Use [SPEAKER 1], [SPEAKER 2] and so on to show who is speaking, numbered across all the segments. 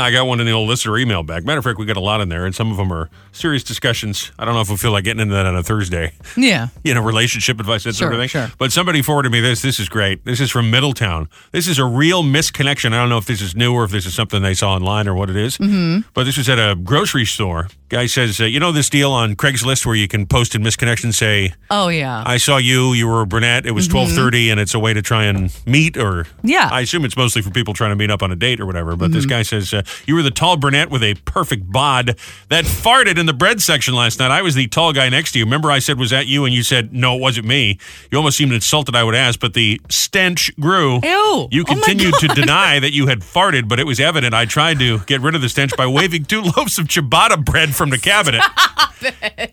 [SPEAKER 1] I got one in the old listener email back. Matter of fact, we got a lot in there, and some of them are serious discussions. I don't know if we feel like getting into that on a Thursday.
[SPEAKER 2] Yeah.
[SPEAKER 1] you know, relationship advice, that sort
[SPEAKER 2] Sure,
[SPEAKER 1] of thing.
[SPEAKER 2] sure.
[SPEAKER 1] But somebody forwarded me this. This is great. This is from Middletown. This is a real misconnection. I don't know if this is new or if this is something they saw online or what it Mm-hmm. But this was at a grocery store. Guy says, uh, you know this deal on Craigslist where you can post in misconnection, say,
[SPEAKER 2] Oh yeah. Mm-hmm.
[SPEAKER 1] I saw you, you were a brunette, it was 1230, and it's a way to try and meet or...
[SPEAKER 2] Yeah. Mm-hmm.
[SPEAKER 1] I assume it's mostly for people trying to meet up on a date or whatever. But this guy says, uh, You were the tall brunette with a perfect bod that farted in the bread section last night. I was the tall guy next to you. Remember, I said, Was that you? And you said, No, it wasn't me. You almost seemed insulted, I would ask, but the stench grew.
[SPEAKER 2] Ew.
[SPEAKER 1] You
[SPEAKER 2] Oh my
[SPEAKER 1] continued to deny that you had farted, but it was evident I tried to get rid of the stench by waving two loaves of ciabatta bread from the cabinet.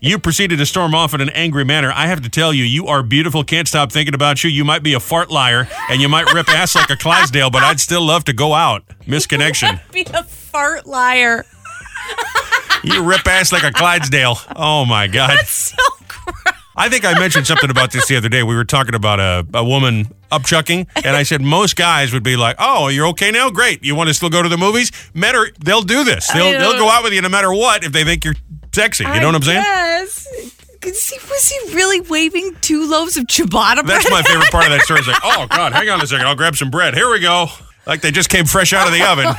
[SPEAKER 1] You proceeded to storm off in an angry manner. I have to tell you, you are beautiful. Can't stop thinking about you. You might be a fart liar and you might rip ass like a Clydesdale, but I'd still love to go out. Misconnection.
[SPEAKER 2] Be a fart liar.
[SPEAKER 1] You rip ass like a Clydesdale. Oh my God.
[SPEAKER 2] So gross.
[SPEAKER 1] I think I mentioned something about this the other day. We were talking about a, a woman upchucking, and I said most guys would be like, "Oh, you're okay now? Great. You want to still go to the movies? Men are they'll do this. They'll
[SPEAKER 2] know.
[SPEAKER 1] they'll go out with you no matter what if they think you're sexy. You know what I'm saying?
[SPEAKER 2] Yes. Was he really waving two loaves of ciabatta bread?
[SPEAKER 1] That's my favorite part of that story. It's like, oh God, hang on a second. I'll grab some bread. Here we go. Like they just came fresh out of the oven.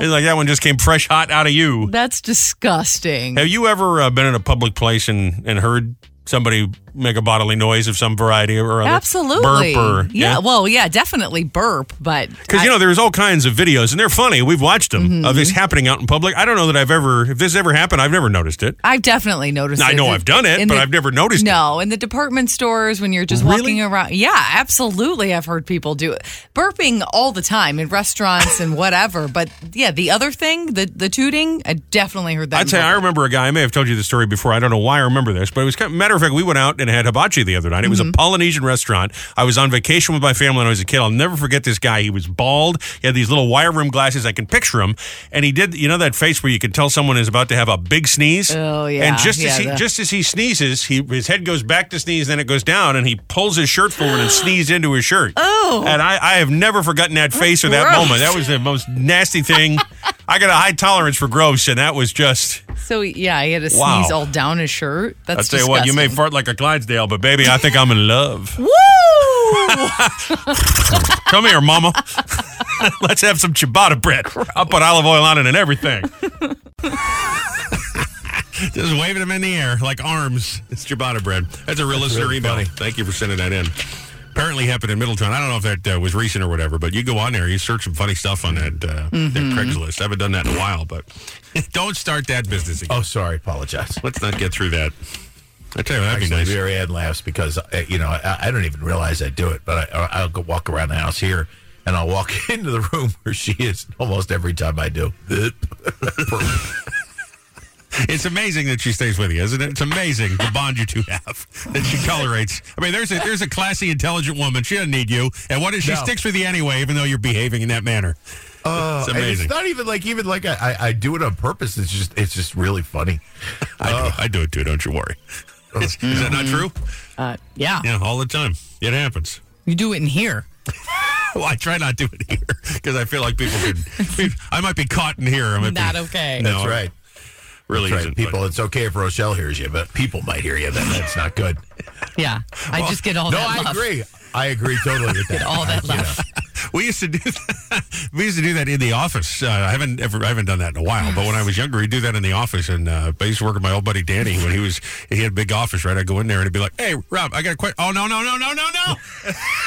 [SPEAKER 1] It's like that one just came fresh hot out of you.
[SPEAKER 2] That's disgusting.
[SPEAKER 1] Have you ever uh, been in a public place and, and heard somebody make a bodily noise of some variety or other?
[SPEAKER 2] Absolutely.
[SPEAKER 1] Burp or
[SPEAKER 2] yeah, Well, yeah, definitely burp, but
[SPEAKER 1] Because you know there's all kinds of videos and they're funny. We've watched them
[SPEAKER 2] Mm-hmm.
[SPEAKER 1] of this happening out in public. I don't know that I've ever if this ever happened. I've never noticed it.
[SPEAKER 2] I've definitely noticed.
[SPEAKER 1] I
[SPEAKER 2] it.
[SPEAKER 1] know I've done it,
[SPEAKER 2] In
[SPEAKER 1] but
[SPEAKER 2] the-
[SPEAKER 1] I've never noticed it.
[SPEAKER 2] No, in the department stores when you're just walking around. Yeah, absolutely. I've heard people do it. Burping all the time in restaurants and whatever. But yeah, the other thing, the the tooting, I definitely heard that.
[SPEAKER 1] I'd
[SPEAKER 2] in
[SPEAKER 1] say I
[SPEAKER 2] public.
[SPEAKER 1] remember a guy. I may have told you the story before. I don't know why I remember this, but it was kind of, matter of fact. We went out and had hibachi the other night. It was
[SPEAKER 2] Mm-hmm.
[SPEAKER 1] a Polynesian restaurant. I was on vacation with my family when I was a kid. I'll never forget this guy. He was bald. He had these little wire rim glasses. I can picture him, and he did. You know that face where you can tell someone is about to have a big sneeze.
[SPEAKER 2] Oh, yeah,
[SPEAKER 1] And just as
[SPEAKER 2] yeah,
[SPEAKER 1] he
[SPEAKER 2] the-
[SPEAKER 1] just as he sneezes, he his head goes back to sneeze, then it goes down, and he pulls his shirt forward and sneezed into his shirt. Oh. And I, I have never forgotten that face or that
[SPEAKER 2] gross.
[SPEAKER 1] moment. That was the most nasty thing. I got a high tolerance for gross, and that was just.
[SPEAKER 2] So yeah, he had to
[SPEAKER 1] Wow.
[SPEAKER 2] sneeze all down his shirt. That's
[SPEAKER 1] I'll tell you what, you may
[SPEAKER 2] disgusting.
[SPEAKER 1] fart like a Clydesdale, but baby, I think I'm in love.
[SPEAKER 2] Woo!
[SPEAKER 1] Come here, mama. Let's have some ciabatta bread. I'll put olive oil on it and everything. Just waving them in the air like arms. It's ciabatta bread. That's a real listener email. Thank you for sending that in. Apparently happened in Middletown. I don't know if that uh, was recent or whatever, but you go on there, you search some funny stuff on that, uh, that
[SPEAKER 3] Mm-hmm.
[SPEAKER 1] Craigslist. I haven't done that in a while, but don't start that business again.
[SPEAKER 3] Oh, sorry. Apologize.
[SPEAKER 1] Let's not get through that. I tell you, what, that'd be
[SPEAKER 3] Actually,
[SPEAKER 1] nice.
[SPEAKER 3] Mary Ann laughs because uh, you know I, I don't even realize I do it, but I, I'll go walk around the house here, and I'll walk into the room where she is almost every time I do.
[SPEAKER 1] It's amazing that she stays with you, isn't it? It's amazing the bond you two have that she tolerates. I mean, there's a there's a classy, intelligent woman. She doesn't need you, and what if she
[SPEAKER 3] No.
[SPEAKER 1] sticks with you anyway, even though you're behaving in that manner?
[SPEAKER 3] Oh,
[SPEAKER 1] it's
[SPEAKER 3] and
[SPEAKER 1] amazing.
[SPEAKER 3] It's not even like even like I, I, I do it on purpose. It's just it's just really funny.
[SPEAKER 1] I,
[SPEAKER 3] Uh.
[SPEAKER 1] do, I do it too. Don't you worry. Is, is that not true?
[SPEAKER 2] Uh, yeah,
[SPEAKER 1] Yeah, all the time. It happens.
[SPEAKER 2] you do it in here.
[SPEAKER 1] Well, I try not to do it here because I feel like people could. I might be caught in here. I might be-
[SPEAKER 2] Not okay.
[SPEAKER 1] No,
[SPEAKER 3] That's right.
[SPEAKER 1] Really
[SPEAKER 3] That's right.
[SPEAKER 1] isn't. but-
[SPEAKER 3] People, it's okay if Rochelle hears you, but people might hear you. Then that's not good.
[SPEAKER 2] Yeah, I just get all
[SPEAKER 3] no,
[SPEAKER 2] that.
[SPEAKER 3] I
[SPEAKER 2] love.
[SPEAKER 3] agree. I agree totally with that.
[SPEAKER 2] all that
[SPEAKER 3] I- you know.
[SPEAKER 1] We used to do that. we used to do that in the office. Uh, I haven't ever I haven't done that in a while. But when I was younger, we would do that in the office. And uh, I used to work with my old buddy Danny when he was he had a big office. Right, I'd go in there and he'd be like, "Hey, Rob, I got a question." Oh no, no, no, no, no, no.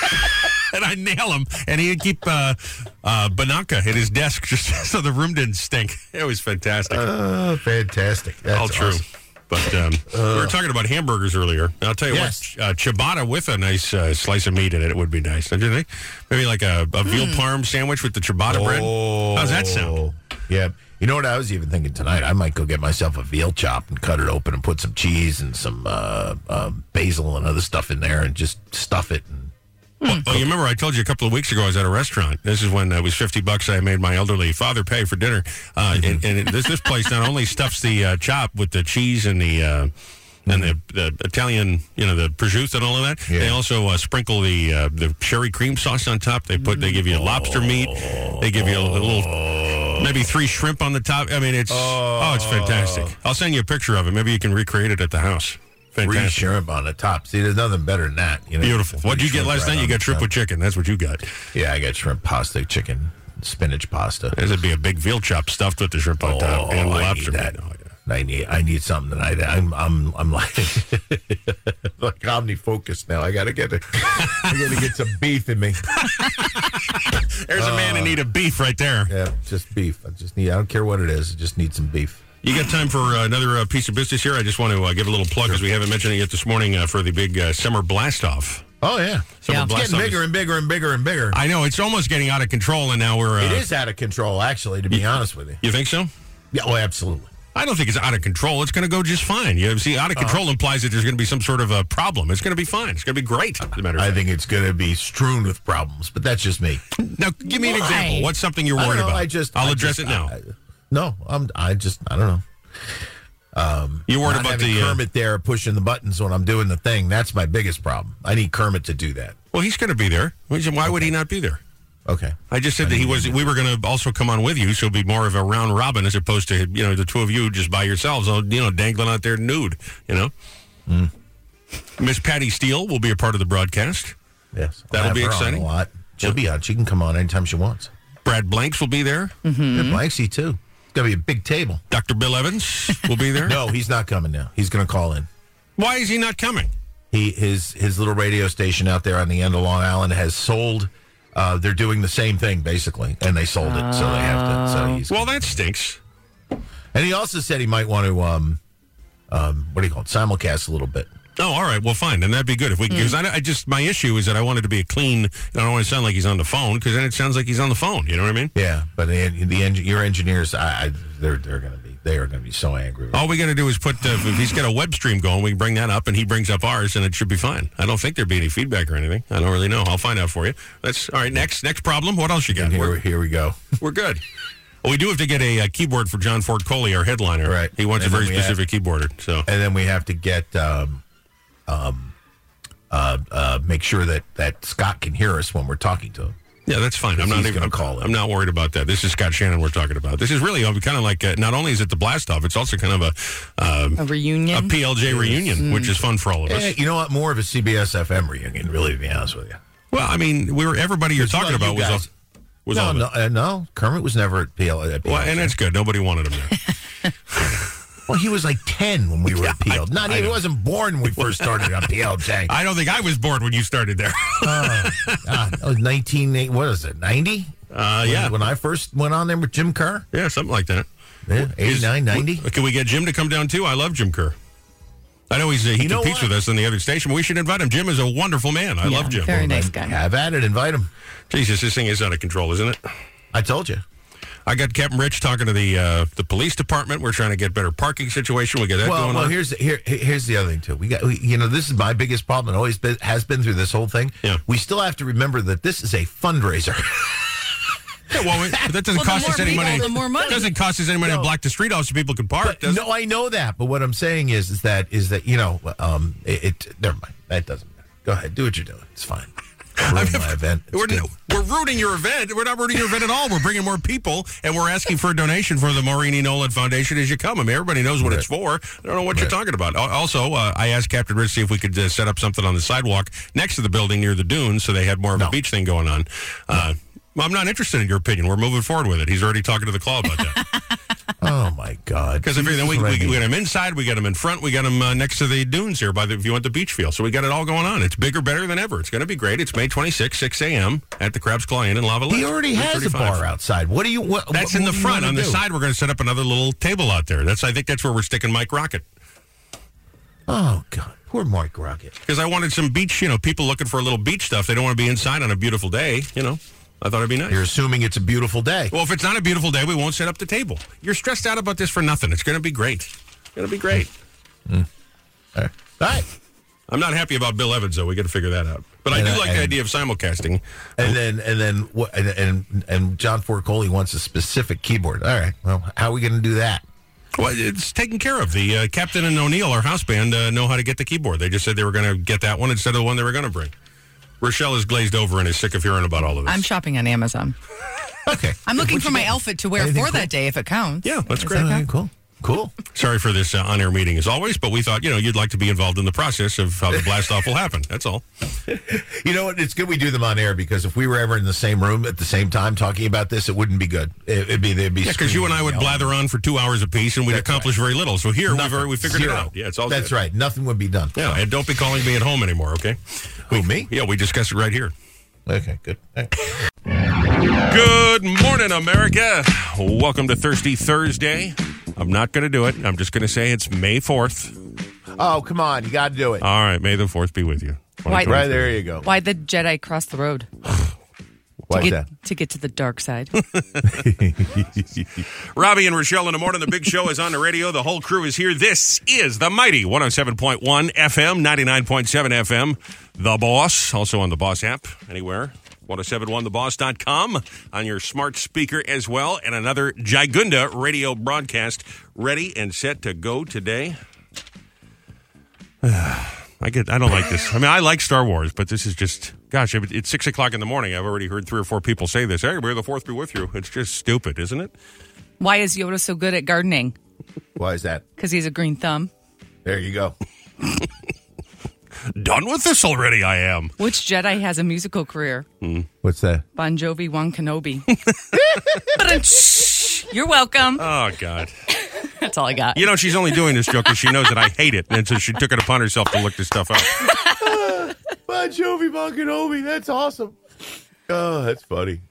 [SPEAKER 1] and I nail him, and he'd keep uh, uh, Banaka at his desk just so the room didn't stink. It was fantastic.
[SPEAKER 3] Oh, fantastic. That's
[SPEAKER 1] All true.
[SPEAKER 3] awesome. Uh,
[SPEAKER 1] But um, we were talking about hamburgers earlier. And I'll tell you
[SPEAKER 3] Yes.
[SPEAKER 1] what, uh, ciabatta with a nice uh, slice of meat in it, it would be nice, don't you think? Maybe like a, a veal
[SPEAKER 3] Hmm.
[SPEAKER 1] parm sandwich with the ciabatta bread. Oh. How's that sound?
[SPEAKER 3] Yeah. You know what I was even thinking tonight? I might go get myself a veal chop and cut it open and put some cheese and some uh, um, basil and other stuff in there and just stuff it. And
[SPEAKER 1] Well, Oh, you remember I told you a couple of weeks ago I was at a restaurant. This is when uh, it was 50 bucks I made my elderly father pay for dinner. Uh,
[SPEAKER 3] Mm-hmm.
[SPEAKER 1] and and it, this, this place not only stuffs the uh, chop with the cheese and the. Uh, and the, the Italian, you know, the prosciutto and all of that.
[SPEAKER 3] Yeah.
[SPEAKER 1] They also uh, sprinkle the uh, the sherry cream sauce on top. They put, they give you lobster meat. They give you a, little Maybe three shrimp on the top. I mean, it's oh. it's fantastic. I'll send you a picture of it. Maybe you can recreate it at the house.
[SPEAKER 3] Free
[SPEAKER 1] Fantastic.
[SPEAKER 3] shrimp on the top. See, there's nothing better than that. You know,
[SPEAKER 1] Beautiful.
[SPEAKER 3] Free
[SPEAKER 1] What'd you get
[SPEAKER 3] shrimp
[SPEAKER 1] last
[SPEAKER 3] right
[SPEAKER 1] night? You
[SPEAKER 3] on
[SPEAKER 1] got
[SPEAKER 3] the
[SPEAKER 1] triple
[SPEAKER 3] top.
[SPEAKER 1] chicken. That's what you got.
[SPEAKER 3] Yeah, I got shrimp pasta, chicken, spinach pasta.
[SPEAKER 1] This would be a big veal chop stuffed with the shrimp on top and
[SPEAKER 3] Oh, I
[SPEAKER 1] lobster.
[SPEAKER 3] Need that.
[SPEAKER 1] Oh, yeah.
[SPEAKER 3] I need I need something tonight. I'm I'm I'm like like omni-focused now. I gotta get it. I gotta get some beef in me.
[SPEAKER 1] There's a man in need of beef right there.
[SPEAKER 3] Yeah, just beef. I just need. I don't care what it is. I just need some beef.
[SPEAKER 1] You got time for uh, another uh, piece of business here? I just want to uh, give a little plug because we haven't mentioned it yet this morning uh, for the big uh, summer blast off.
[SPEAKER 3] Oh yeah,
[SPEAKER 1] Summer
[SPEAKER 2] Yeah.
[SPEAKER 3] it's
[SPEAKER 1] blast
[SPEAKER 3] getting bigger and bigger and bigger and bigger.
[SPEAKER 1] I know it's almost getting out of control, and now we're. Uh,
[SPEAKER 3] it is out of control, actually. To be honest with you.
[SPEAKER 1] You think so?
[SPEAKER 3] Yeah. Oh, absolutely.
[SPEAKER 1] I don't think it's out of control. It's going to go just fine. You see, out of
[SPEAKER 3] Uh-huh.
[SPEAKER 1] control implies that there's going to be some sort of a problem. It's going to be fine. It's going to be great. As a matter of
[SPEAKER 3] I
[SPEAKER 1] fact.
[SPEAKER 3] think it's going to be strewn with problems, but that's just me.
[SPEAKER 1] Now, give me an
[SPEAKER 2] Why?
[SPEAKER 1] example. What's something you're
[SPEAKER 3] I
[SPEAKER 1] worried
[SPEAKER 3] don't know,
[SPEAKER 1] about?
[SPEAKER 3] I just.
[SPEAKER 1] I'll
[SPEAKER 3] I
[SPEAKER 1] address
[SPEAKER 3] just-
[SPEAKER 1] it now.
[SPEAKER 3] I- I- no, I'm. I just. I don't know.
[SPEAKER 1] you're worried
[SPEAKER 3] Not
[SPEAKER 1] about
[SPEAKER 3] having
[SPEAKER 1] the. uh,
[SPEAKER 3] Kermit there pushing the buttons when I'm doing the thing. That's my biggest problem. I need Kermit to do that.
[SPEAKER 1] well, he's going to be there. Why would he not be there?
[SPEAKER 3] Okay.
[SPEAKER 1] I just said that he was. We were going to also come on with you, so it'd be more of a round robin as opposed to you know the two of you just by yourselves, all, you know, dangling out there nude. You know, Miss Patty Steele will be a part of the broadcast.
[SPEAKER 3] Yes. I'll
[SPEAKER 1] That'll
[SPEAKER 3] have
[SPEAKER 1] be
[SPEAKER 3] her on
[SPEAKER 1] exciting.
[SPEAKER 3] A lot. She'll be on. She can come on anytime she wants.
[SPEAKER 1] Brad Blanks will be there.
[SPEAKER 3] Yeah, Blanksy too. It's gonna be a big table.
[SPEAKER 1] Dr. Bill Evans will be there.
[SPEAKER 3] No, he's not coming now. He's gonna call in.
[SPEAKER 1] Why is he not coming?
[SPEAKER 3] He his his little radio station out there on the end of Long Island has sold. Uh, they're doing the same thing basically, and they sold it, so they have to. So he's
[SPEAKER 1] Well, that stinks.
[SPEAKER 3] and he also said he might want to um um what do you call it simulcast a little bit.
[SPEAKER 1] Oh, all right. Well, fine. Then that'd be good if we. Because I, I just my issue is that I want it to be a clean. and I don't want to sound like he's on the phone because then it sounds like he's on the phone. You know what I mean?
[SPEAKER 3] Yeah, but the, en- the eng- your engineers, I, I they're they're gonna be they are gonna be so angry. With
[SPEAKER 1] All we got to do is put uh, if he's got a web stream going, we can bring that up, and he brings up ours, and it should be fine. I don't think there'd be any feedback or anything. I don't really know. I'll find out for you. That's all right. Next, next problem. What else you got?
[SPEAKER 3] and Oh, here
[SPEAKER 1] We're,
[SPEAKER 3] we- here we go.
[SPEAKER 1] we're good. Well, we do have to get a, uh keyboard for John Ford Coley, our headliner.
[SPEAKER 3] Right.
[SPEAKER 1] He wants
[SPEAKER 3] And
[SPEAKER 1] a
[SPEAKER 3] then
[SPEAKER 1] very
[SPEAKER 3] we have-
[SPEAKER 1] specific keyboarder. So
[SPEAKER 3] and then we have to get um, um, uh, uh, make sure that that Scott can hear us when we're talking to him.
[SPEAKER 1] yeah, that's fine. I'm not
[SPEAKER 3] he's
[SPEAKER 1] even
[SPEAKER 3] gonna
[SPEAKER 1] I'm-
[SPEAKER 3] call it.
[SPEAKER 1] I'm not worried about that. This is Scott Shannon we're talking about. This is really uh, kind of like uh, not only is it the blast off, it's also kind of a um,
[SPEAKER 2] A
[SPEAKER 1] a
[SPEAKER 2] reunion.
[SPEAKER 1] PLJ reunion, which is fun for all of us.
[SPEAKER 3] Eh, you know what? More of a CBS FM reunion, really, to be honest with you.
[SPEAKER 1] Well, I mean, we were everybody you're
[SPEAKER 3] It's about
[SPEAKER 1] talking about
[SPEAKER 3] you
[SPEAKER 1] was
[SPEAKER 3] guys.
[SPEAKER 1] all, was
[SPEAKER 3] no,
[SPEAKER 1] all of
[SPEAKER 3] no,
[SPEAKER 1] it.
[SPEAKER 3] uh, no. Kermit was never at PL. At
[SPEAKER 1] Well,
[SPEAKER 3] PL.
[SPEAKER 1] and it's good. Nobody wanted him there.
[SPEAKER 3] well, he was like ten when we were at PL. Not
[SPEAKER 1] I
[SPEAKER 3] he
[SPEAKER 1] know.
[SPEAKER 3] wasn't born when we first started on PLJ.
[SPEAKER 1] I don't think I was bored when you started there.
[SPEAKER 3] Ah, that was nineteen. eight- What is it? Ninety?
[SPEAKER 1] Uh, yeah.
[SPEAKER 3] When I first went on there with Jim Kerr,
[SPEAKER 1] yeah, something like that.
[SPEAKER 3] yeah, 89, 90.
[SPEAKER 1] Can we get Jim to come down too? I love Jim Kerr. I know he's uh, he
[SPEAKER 3] know
[SPEAKER 1] competes
[SPEAKER 3] what?
[SPEAKER 1] with us on the other station. but We should invite him. Jim is a wonderful man. I
[SPEAKER 2] Yeah,
[SPEAKER 1] love Jim.
[SPEAKER 2] Very nice guy.
[SPEAKER 3] Have at it. Invite him.
[SPEAKER 1] Jesus, this thing is out of control, isn't it?
[SPEAKER 3] I told you.
[SPEAKER 1] I got Captain Rich talking to the uh, the police department. We're trying to get better parking situation. We got that
[SPEAKER 3] well,
[SPEAKER 1] going
[SPEAKER 3] well
[SPEAKER 1] on.
[SPEAKER 3] here's here here's the other thing too. We got we, you know this is my biggest problem. It always been, has been through this whole thing.
[SPEAKER 1] Yeah.
[SPEAKER 3] We still have to remember that this is a fundraiser.
[SPEAKER 1] Yeah, well, we- but that doesn't
[SPEAKER 2] Well, the
[SPEAKER 1] cost
[SPEAKER 2] more
[SPEAKER 1] us any
[SPEAKER 2] people,
[SPEAKER 1] money.
[SPEAKER 2] the more money.
[SPEAKER 1] Doesn't cost us any money to block the street off so people can park. does it?
[SPEAKER 3] no, I know that, but what I'm saying is is that is that you know um it, it never mind that doesn't matter. Go ahead, do what you're doing. It's fine. Ruin my event. It's
[SPEAKER 1] We're,
[SPEAKER 3] good.
[SPEAKER 1] we're rooting your event. We're not rooting your event at all. We're bringing more people, and we're asking for a donation for the Maureen E. Nolan Foundation as you come. I mean, everybody knows what it's for. I don't know what you're
[SPEAKER 3] Right.
[SPEAKER 1] talking about. Al- Also, uh, I asked Captain Rich to see if we could uh, set up something on the sidewalk next to the building near the dunes, so they had more of a
[SPEAKER 3] No.
[SPEAKER 1] beach thing going on. Uh, well, I'm not interested in your opinion. We're moving forward with it. He's already talking to the claw about that.
[SPEAKER 3] Oh my god.
[SPEAKER 1] Because if
[SPEAKER 3] Jesus,
[SPEAKER 1] anything, we,
[SPEAKER 3] what I
[SPEAKER 1] we,
[SPEAKER 3] need.
[SPEAKER 1] we got him inside, we got him in front, we got him uh, next to the dunes here by the if you want the beach field. So we got it all going on. It's bigger, better than ever. It's going to be great. It's May 26, 6 a.m. at the Crab's Claw Inn in Lava Lake.
[SPEAKER 3] he already has a
[SPEAKER 1] 335.
[SPEAKER 3] bar outside. What do you what
[SPEAKER 1] That's
[SPEAKER 3] what
[SPEAKER 1] in the
[SPEAKER 3] do you
[SPEAKER 1] front.
[SPEAKER 3] wanna
[SPEAKER 1] On the
[SPEAKER 3] do?
[SPEAKER 1] side, we're going to set up another little table out there. That's I think that's where we're sticking Mike Rocket
[SPEAKER 3] Oh god. Poor Mark Rocket.
[SPEAKER 1] because I wanted some beach. You know, people looking for a little beach stuff. They don't want to be inside on a beautiful day. You know, I thought it'd be nice.
[SPEAKER 3] You're assuming it's a beautiful day.
[SPEAKER 1] well, if it's not a beautiful day, we won't set up the table. You're stressed out about this for nothing. It's going to be great. It's going to be great.
[SPEAKER 3] All right. All right.
[SPEAKER 1] I'm not happy about Bill Evans though. We got to figure that out. But I
[SPEAKER 3] And
[SPEAKER 1] do
[SPEAKER 3] I-
[SPEAKER 1] like the
[SPEAKER 3] and-
[SPEAKER 1] idea of simulcasting.
[SPEAKER 3] And then and then what and and, and John Ford Coley wants a specific keyboard. All right. Well, how are we going to do that?
[SPEAKER 1] Well, it's taken care of. The uh, captain and O'Neill, our house band, uh, know how to get the keyboard. They just said they were going to get that one instead of the one they were going to bring. Rochelle is glazed over and is sick of hearing about all of this.
[SPEAKER 2] I'm shopping on Amazon.
[SPEAKER 3] Okay.
[SPEAKER 2] I'm looking
[SPEAKER 3] What
[SPEAKER 2] for
[SPEAKER 3] you
[SPEAKER 2] my
[SPEAKER 3] got?
[SPEAKER 2] outfit to wear
[SPEAKER 3] Anything
[SPEAKER 2] for
[SPEAKER 3] cool?
[SPEAKER 2] that day if it counts.
[SPEAKER 1] Yeah, that's
[SPEAKER 2] Does
[SPEAKER 1] great.
[SPEAKER 2] that count?
[SPEAKER 3] Okay, cool. Cool.
[SPEAKER 1] Sorry for this uh, on-air meeting as always, but we thought you know you'd like to be involved in the process of how the blast off will happen. That's all.
[SPEAKER 3] You know what? It's good we do them on air because if we were ever in the same room at the same time talking about this, it wouldn't be good. It, it'd be there'd be
[SPEAKER 1] Yeah, because you and I would blather on for two hours apiece, and we'd accomplish very little. So here we've already, we figured it out. Yeah, it's all
[SPEAKER 3] that's
[SPEAKER 1] good.
[SPEAKER 3] right. Nothing would be done.
[SPEAKER 1] Yeah, and don't be calling me at home anymore. Okay.
[SPEAKER 3] Who me?
[SPEAKER 1] Yeah, we discuss it right here.
[SPEAKER 3] Okay, good.
[SPEAKER 1] Good morning, America. Welcome to Thirsty Thursday. I'm not going to do it. I'm just going to say it's May 4th.
[SPEAKER 3] Oh come on, you got to do it.
[SPEAKER 1] All right, May the 4th be with you.
[SPEAKER 2] White-
[SPEAKER 3] right there, you go.
[SPEAKER 2] Why the Jedi cross the road
[SPEAKER 3] Like
[SPEAKER 2] to
[SPEAKER 3] that.
[SPEAKER 2] get to get to the dark side?
[SPEAKER 1] Robbie and Rochelle in the morning. The big show is on the radio. The whole crew is here. This is the mighty 107.1 FM, 99.7 FM. The Boss, also on the Boss app, anywhere. 1071theboss.com on your smart speaker as well. And another Jigunda radio broadcast ready and set to go today. I get. I don't like this. I mean, I like Star Wars, but this is just. Gosh, if it- it's six o'clock in the morning. I've already heard three or four people say this. Hey, may the fourth be with you. It's just stupid, isn't it?
[SPEAKER 2] Why is Yoda so good at gardening?
[SPEAKER 3] Why is that?
[SPEAKER 2] Because he's a green thumb.
[SPEAKER 3] There you go.
[SPEAKER 1] Done with this already. I am.
[SPEAKER 2] Which Jedi has a musical career?
[SPEAKER 3] What's that?
[SPEAKER 2] Bon Jovi, Juan Kenobi. You're welcome.
[SPEAKER 1] Oh God.
[SPEAKER 2] That's all I got.
[SPEAKER 1] You know she's only doing this joke because she knows that I hate it, and so she took it upon herself to look this stuff up.
[SPEAKER 3] Bon Jovi, Bon Jovi. That's awesome. Oh, that's funny.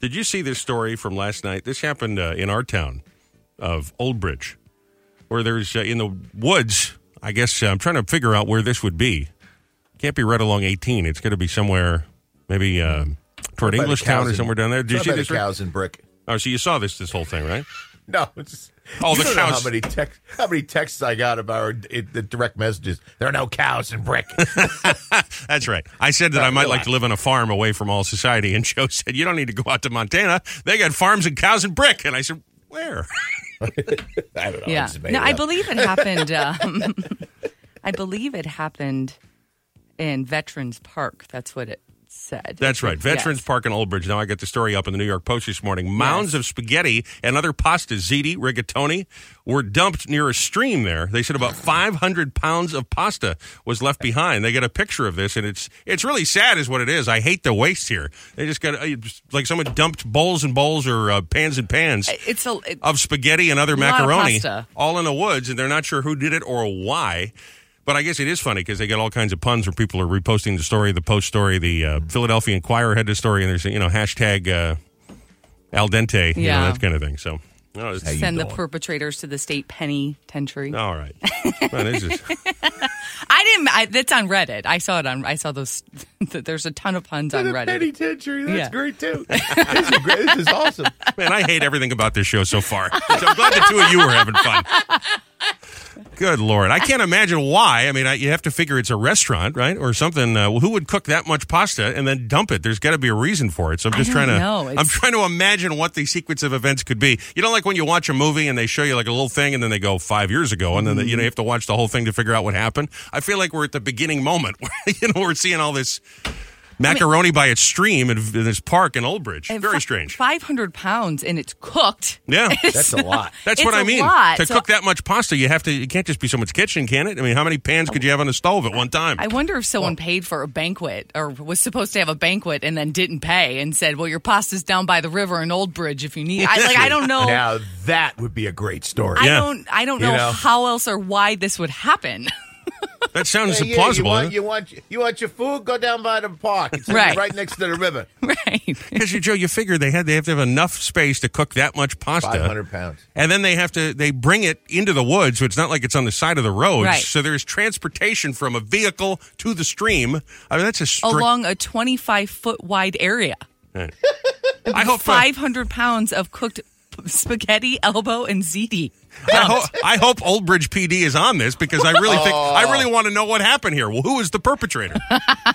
[SPEAKER 1] Did you see this story from last night? This happened uh, in our town of Old Bridge, where there's uh, in the woods. I guess uh, I'm trying to figure out where this would be. Can't be right along 18. It's going to be somewhere maybe um toward
[SPEAKER 3] By the
[SPEAKER 1] English Town
[SPEAKER 3] cows
[SPEAKER 1] or
[SPEAKER 3] and-
[SPEAKER 1] somewhere down there. Did you
[SPEAKER 3] It's
[SPEAKER 1] see
[SPEAKER 3] not by
[SPEAKER 1] this?
[SPEAKER 3] the cows and brick?
[SPEAKER 1] Oh, so you saw this this whole thing, right?
[SPEAKER 3] No, it's
[SPEAKER 1] Oh,
[SPEAKER 3] you
[SPEAKER 1] the
[SPEAKER 3] don't know
[SPEAKER 1] cows.
[SPEAKER 3] how many text how many texts I got about it, the direct messages? There are no cows in brick.
[SPEAKER 1] That's right. I said that I might like to live on a farm away from all society, and Joe said, "You don't need to go out to Montana. They got farms and cows and brick." And I said, "Where?"
[SPEAKER 3] I don't know.
[SPEAKER 2] yeah.
[SPEAKER 3] just made
[SPEAKER 2] No,
[SPEAKER 3] it
[SPEAKER 2] I
[SPEAKER 3] up.
[SPEAKER 2] believe it happened. Um, I believe it happened in Veterans Park. That's what it said.
[SPEAKER 1] That's right. Veterans
[SPEAKER 2] Yes.
[SPEAKER 1] Park in Old Bridge. Now I got the story up in the New York Post this morning. Mounds of spaghetti and other pasta, ziti, rigatoni, were dumped near a stream there. They said about 500 pounds of pasta was left behind. They got a picture of this, and it's it's really sad, is what it is. I hate the waste here. They just got uh, like someone dumped bowls and bowls or uh, pans and pans.
[SPEAKER 2] It's a. it-
[SPEAKER 1] of spaghetti and other
[SPEAKER 2] Lot of
[SPEAKER 1] macaroni
[SPEAKER 2] pasta.
[SPEAKER 1] all in the woods, and they're not sure who did it or why. But I guess it is funny because they get all kinds of puns where people are reposting the story, the post story, the uh,
[SPEAKER 2] Mm-hmm.
[SPEAKER 1] Philadelphia Inquirer had the story, and there's you know hashtag uh, al dente, you know,
[SPEAKER 2] Yeah.
[SPEAKER 1] that kind of thing. So, no, it's-
[SPEAKER 3] you
[SPEAKER 2] Send the
[SPEAKER 3] doing?
[SPEAKER 2] perpetrators to the state penitentiary.
[SPEAKER 1] all right, Well, this is-
[SPEAKER 2] I didn't. I, that's on Reddit. I saw it on. I saw those. there's a ton of puns on
[SPEAKER 3] The
[SPEAKER 2] Reddit.
[SPEAKER 3] penitentiary. That's
[SPEAKER 2] Yeah.
[SPEAKER 3] great too. this, is great. this is awesome.
[SPEAKER 1] man, I hate everything about this show so far. So I'm glad the two of you were having fun. Good lord, I can't imagine why. I mean, I, you have to figure it's a restaurant, right, or something. Uh, well, who would cook that much pasta and then dump it? There's got to be a reason for it. So I'm just
[SPEAKER 2] don't
[SPEAKER 1] trying to.
[SPEAKER 2] know.
[SPEAKER 1] I'm
[SPEAKER 2] It's-
[SPEAKER 1] trying to imagine what the sequence of events could be. You know, like when you watch a movie and they show you like a little thing, and then they go five years ago, and then you know you have to watch the whole thing to figure out what happened. I feel like we're at the beginning moment. Where, you know, we're seeing all this. Macaroni by its stream in, in this park in Old Bridge. Very strange.
[SPEAKER 2] Five hundred pounds, and it's cooked.
[SPEAKER 1] Yeah.
[SPEAKER 3] That's a lot.
[SPEAKER 1] That's
[SPEAKER 2] It's
[SPEAKER 1] what I
[SPEAKER 2] a
[SPEAKER 1] mean.
[SPEAKER 2] lot,
[SPEAKER 1] To
[SPEAKER 2] so-
[SPEAKER 1] cook that much pasta, you have to. You can't just be someone's kitchen, can it? I mean, how many pans could you have on the stove at one time?
[SPEAKER 2] I wonder if someone paid for a banquet or was supposed to have a banquet and then didn't pay and said, "Well, your pasta's down by the river in Old Bridge if you need." I, like I don't know.
[SPEAKER 3] Now that would be a great story.
[SPEAKER 2] I
[SPEAKER 1] Yeah.
[SPEAKER 2] don't. I don't
[SPEAKER 3] You
[SPEAKER 2] know,
[SPEAKER 3] know.
[SPEAKER 2] how else or why this would happen.
[SPEAKER 1] that sounds
[SPEAKER 3] Yeah,
[SPEAKER 1] plausible.
[SPEAKER 3] You want, you want you want your food? Go down by the park. It's
[SPEAKER 2] Right.
[SPEAKER 3] right. right next to the river.
[SPEAKER 2] right.
[SPEAKER 1] Because you, Joe, you figure they had they have to have enough space to cook that much pasta.
[SPEAKER 3] Five hundred pounds.
[SPEAKER 1] And then they have to they bring it into the woods, so it's not like it's on the side of the road.
[SPEAKER 2] Right.
[SPEAKER 1] So there's transportation from a vehicle to the stream. I mean, that's a strict.
[SPEAKER 2] Along a twenty-five foot wide area,
[SPEAKER 1] I hope. uh,
[SPEAKER 2] five hundred pounds of cooked spaghetti, elbow, and ziti.
[SPEAKER 1] I, hope I hope Old Bridge PD is on this because I really think I really want to know what happened here. Well, who is the perpetrator?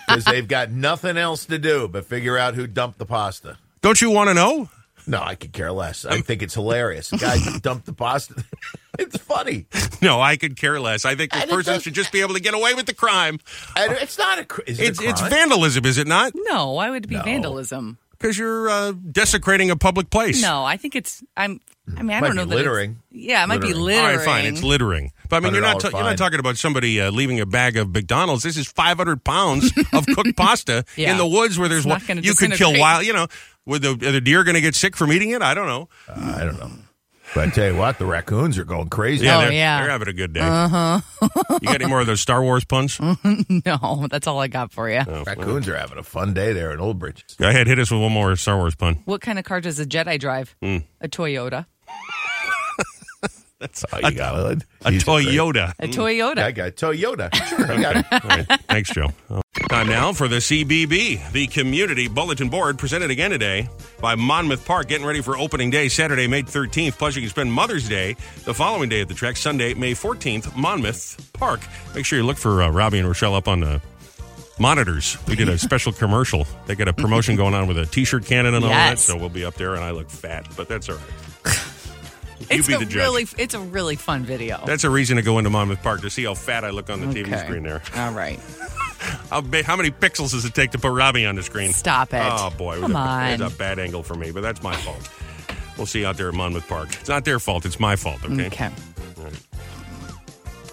[SPEAKER 3] Because they've got nothing else to do but figure out who dumped the pasta.
[SPEAKER 1] Don't you want to know?
[SPEAKER 3] No, I could care less. I think it's hilarious. The guy dumped the pasta. It's funny.
[SPEAKER 1] No, I could care less. I think this
[SPEAKER 3] And it
[SPEAKER 1] person
[SPEAKER 3] does-
[SPEAKER 1] should just be able to get away with the crime.
[SPEAKER 3] And it's not a. cr- Is it a
[SPEAKER 1] It's, it's
[SPEAKER 3] crime?
[SPEAKER 1] vandalism, is it not?
[SPEAKER 2] No, why would it be vandalism?
[SPEAKER 1] because you're uh, desecrating a public place.
[SPEAKER 2] No, I think it's. I'm. I mean, I
[SPEAKER 3] Might
[SPEAKER 2] don't
[SPEAKER 3] be
[SPEAKER 2] know that it's-
[SPEAKER 3] littering.
[SPEAKER 2] yeah, it might be
[SPEAKER 3] Littering.
[SPEAKER 1] All
[SPEAKER 2] littering.
[SPEAKER 1] right, fine. It's littering, but I mean, you're not
[SPEAKER 3] $100
[SPEAKER 1] ta- you're not
[SPEAKER 3] fine.
[SPEAKER 1] talking about somebody uh, leaving a bag of McDonald's. This is 500 pounds of cooked pasta
[SPEAKER 2] Yeah.
[SPEAKER 1] in the woods where there's
[SPEAKER 2] not
[SPEAKER 1] wi-
[SPEAKER 2] gonna
[SPEAKER 1] you could kill
[SPEAKER 2] disintegrate.
[SPEAKER 1] wild. You know, were the, are the deer going to get sick from eating it? I don't know.
[SPEAKER 3] I don't know. But I tell you what, the raccoons are going crazy.
[SPEAKER 2] Yeah. Uh-huh. Oh,
[SPEAKER 1] they're, they're having a good day. you got any more of those Star Wars puns?
[SPEAKER 2] no, that's all I got for you.
[SPEAKER 3] Raccoons are having a fun day there in Old Bridge.
[SPEAKER 1] Go ahead, hit us with one more Star Wars pun.
[SPEAKER 2] What kind of car does a Jedi drive?
[SPEAKER 3] Hmm.
[SPEAKER 2] A Toyota.
[SPEAKER 3] That's all Oh, you got.
[SPEAKER 1] A Toyota.
[SPEAKER 2] A Toyota.
[SPEAKER 3] That guy, Toyota. Sure, I got it.
[SPEAKER 1] All right. Thanks, Joe. Time now for the CBB, the Community Bulletin Board, presented again today by Monmouth Park, getting ready for opening day Saturday, May 13th. Plus, you can spend Mother's Day the following day at the track, Sunday, May 14th, Monmouth Park. Make sure you look for uh, Robbie and Rochelle up on the monitors. We did a special commercial. They got a promotion going on with a T-shirt cannon and all that,
[SPEAKER 2] Yes.
[SPEAKER 1] so we'll be up there, and I look fat, but that's all right. You
[SPEAKER 2] it's
[SPEAKER 1] be
[SPEAKER 2] a
[SPEAKER 1] the judge.
[SPEAKER 2] really, it's a really fun video.
[SPEAKER 1] That's a reason to go into Monmouth Park to see how fat I look on the TV
[SPEAKER 2] Okay.
[SPEAKER 1] screen there.
[SPEAKER 2] All right,
[SPEAKER 1] How, ba- how many pixels does it take to put Robbie on the screen?
[SPEAKER 2] stop it.
[SPEAKER 1] Oh boy, it was,
[SPEAKER 2] come
[SPEAKER 1] a,
[SPEAKER 2] on.
[SPEAKER 1] it was a bad angle for me, but that's my fault. We'll see you out there at Monmouth Park. It's not their fault; it's my fault. Okay.
[SPEAKER 2] okay.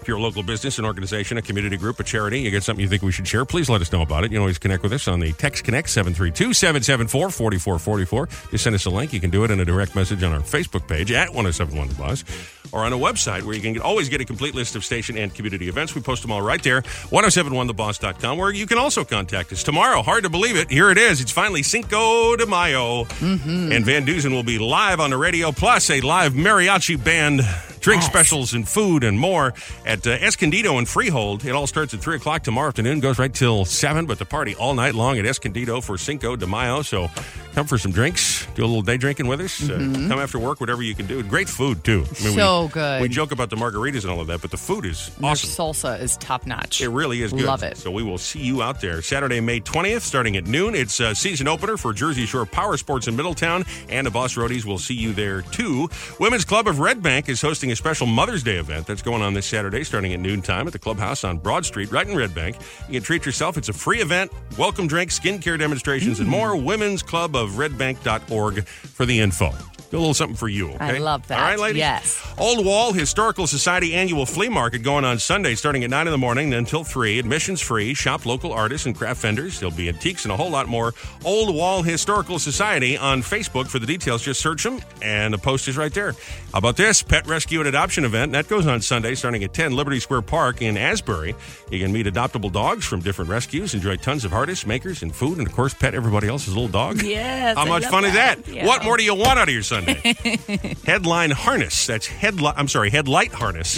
[SPEAKER 1] If you're a local business, an organization, a community group, a charity, you get something you think we should share, please let us know about it. You can always connect with us on the Text Connect 732 774 4444. Just send us a link. You can do it in a direct message on our Facebook page at 1071 The Buzz or on a website where you can get, always get a complete list of station and community events. We post them all right there, 1071theboss.com, where you can also contact us. Tomorrow, hard to believe it, here it is. It's finally Cinco de Mayo.
[SPEAKER 2] Mm-hmm.
[SPEAKER 1] And Van Dusen will be live on the radio, plus a live mariachi band, drink specials, and food and more at uh, Escondido and Freehold. It all starts at 3 o'clock tomorrow afternoon, goes right till 7, but the party all night long at Escondido for Cinco de Mayo. So come for some drinks, do a little day drinking with us, uh, come after work, whatever you can do. Great food, too. I mean,
[SPEAKER 2] Mm-hmm. So
[SPEAKER 1] we,
[SPEAKER 2] good.
[SPEAKER 1] We joke about the margaritas and all of that, but the food is
[SPEAKER 2] Their
[SPEAKER 1] awesome.
[SPEAKER 2] salsa is top notch.
[SPEAKER 1] It really is good.
[SPEAKER 2] Love it.
[SPEAKER 1] So we will see you out there Saturday, May 20th, starting at noon. It's a season opener for Jersey Shore Power Sports in Middletown, and the Boss Roadies will see you there too. Women's Club of Red Bank is hosting a special Mother's Day event that's going on this Saturday, starting at noon time at the clubhouse on Broad Street, right in Red Bank. You can treat yourself. It's a free event, welcome drink, skincare demonstrations,
[SPEAKER 2] Mm.
[SPEAKER 1] and more. Women's Club of Redbank.org for the info. Do a little something for you. Okay?
[SPEAKER 2] I love that.
[SPEAKER 1] All right, ladies.
[SPEAKER 2] Yes.
[SPEAKER 1] Old Wall Historical Society annual flea market going on Sunday starting at 9 in the morning until 3. Admissions free. Shop local artists and craft vendors. There'll be antiques and a whole lot more. Old Wall Historical Society on Facebook for the details. Just search them and the post is right there. How about this? Pet rescue and adoption event. That goes on Sunday starting at 10 Liberty Square Park in Asbury. You can meet adoptable dogs from different rescues, enjoy tons of artists, makers, and food, and of course, pet everybody else's little dog.
[SPEAKER 2] Yes,
[SPEAKER 1] How
[SPEAKER 2] I
[SPEAKER 1] much
[SPEAKER 2] love
[SPEAKER 1] fun is
[SPEAKER 2] that.
[SPEAKER 1] that?
[SPEAKER 2] Yeah.
[SPEAKER 1] What more do you want out of your Sunday? Headline Harness. That's headlight. I'm sorry, Headlight Harness.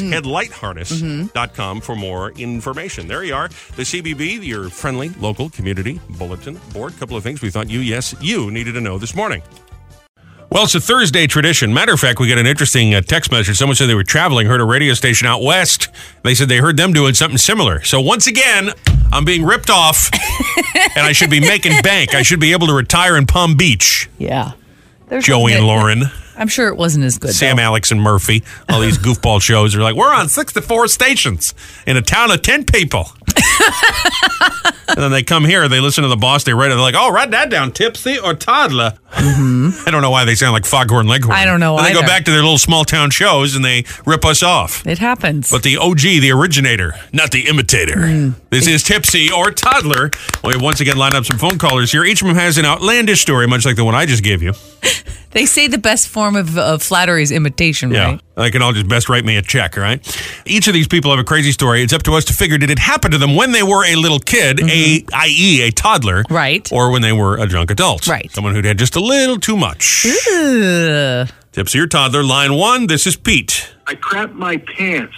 [SPEAKER 1] Headlightharness.com for more information. There you are. The CBB, your friendly local community bulletin board. couple of things we thought you, yes, you needed to know this morning. Well, it's a Thursday tradition. Matter of fact, we got an interesting uh, text message. Someone said they were traveling, heard a radio station out west. They said they heard them doing something similar. So once again, I'm being ripped off, and I should be making bank. I should be able to retire in Palm Beach.
[SPEAKER 2] Yeah. There's
[SPEAKER 1] Joey and
[SPEAKER 2] no-
[SPEAKER 1] Lauren.
[SPEAKER 2] I'm sure it wasn't as good.
[SPEAKER 1] Sam,
[SPEAKER 2] though.
[SPEAKER 1] Alex, and Murphy. All these goofball shows are like, we're on 64 stations in a town of 10 people. and then they come here, they listen to the boss, they write it, they're like, oh, write that down, tipsy or toddler. I don't know why they sound like Foghorn Leghorn.
[SPEAKER 2] Mm-hmm. I don't know
[SPEAKER 1] And They go
[SPEAKER 2] either.
[SPEAKER 1] back to their little small town shows and they rip us off.
[SPEAKER 2] It happens.
[SPEAKER 1] But the OG, the originator, not the imitator.
[SPEAKER 2] Hmm.
[SPEAKER 1] This is Tipsy or Toddler. We have once again lined up some phone callers here. Each of them has an outlandish story, much like the one I just gave you.
[SPEAKER 2] they say the best form of, of flattery is imitation,
[SPEAKER 1] Yeah.
[SPEAKER 2] right?
[SPEAKER 1] They can all just best write me a check, all right? Each of these people have a crazy story. It's up to us to figure did it happen to them when they were a little kid, a i.e. a toddler,
[SPEAKER 2] Mm-hmm. Right.
[SPEAKER 1] or when they were a drunk adult.
[SPEAKER 2] Right. Hmm?
[SPEAKER 1] Someone who'd had just a little too much.
[SPEAKER 2] Ugh.
[SPEAKER 1] Tipsy or toddler line 1, this is Pete.
[SPEAKER 4] I crapped my pants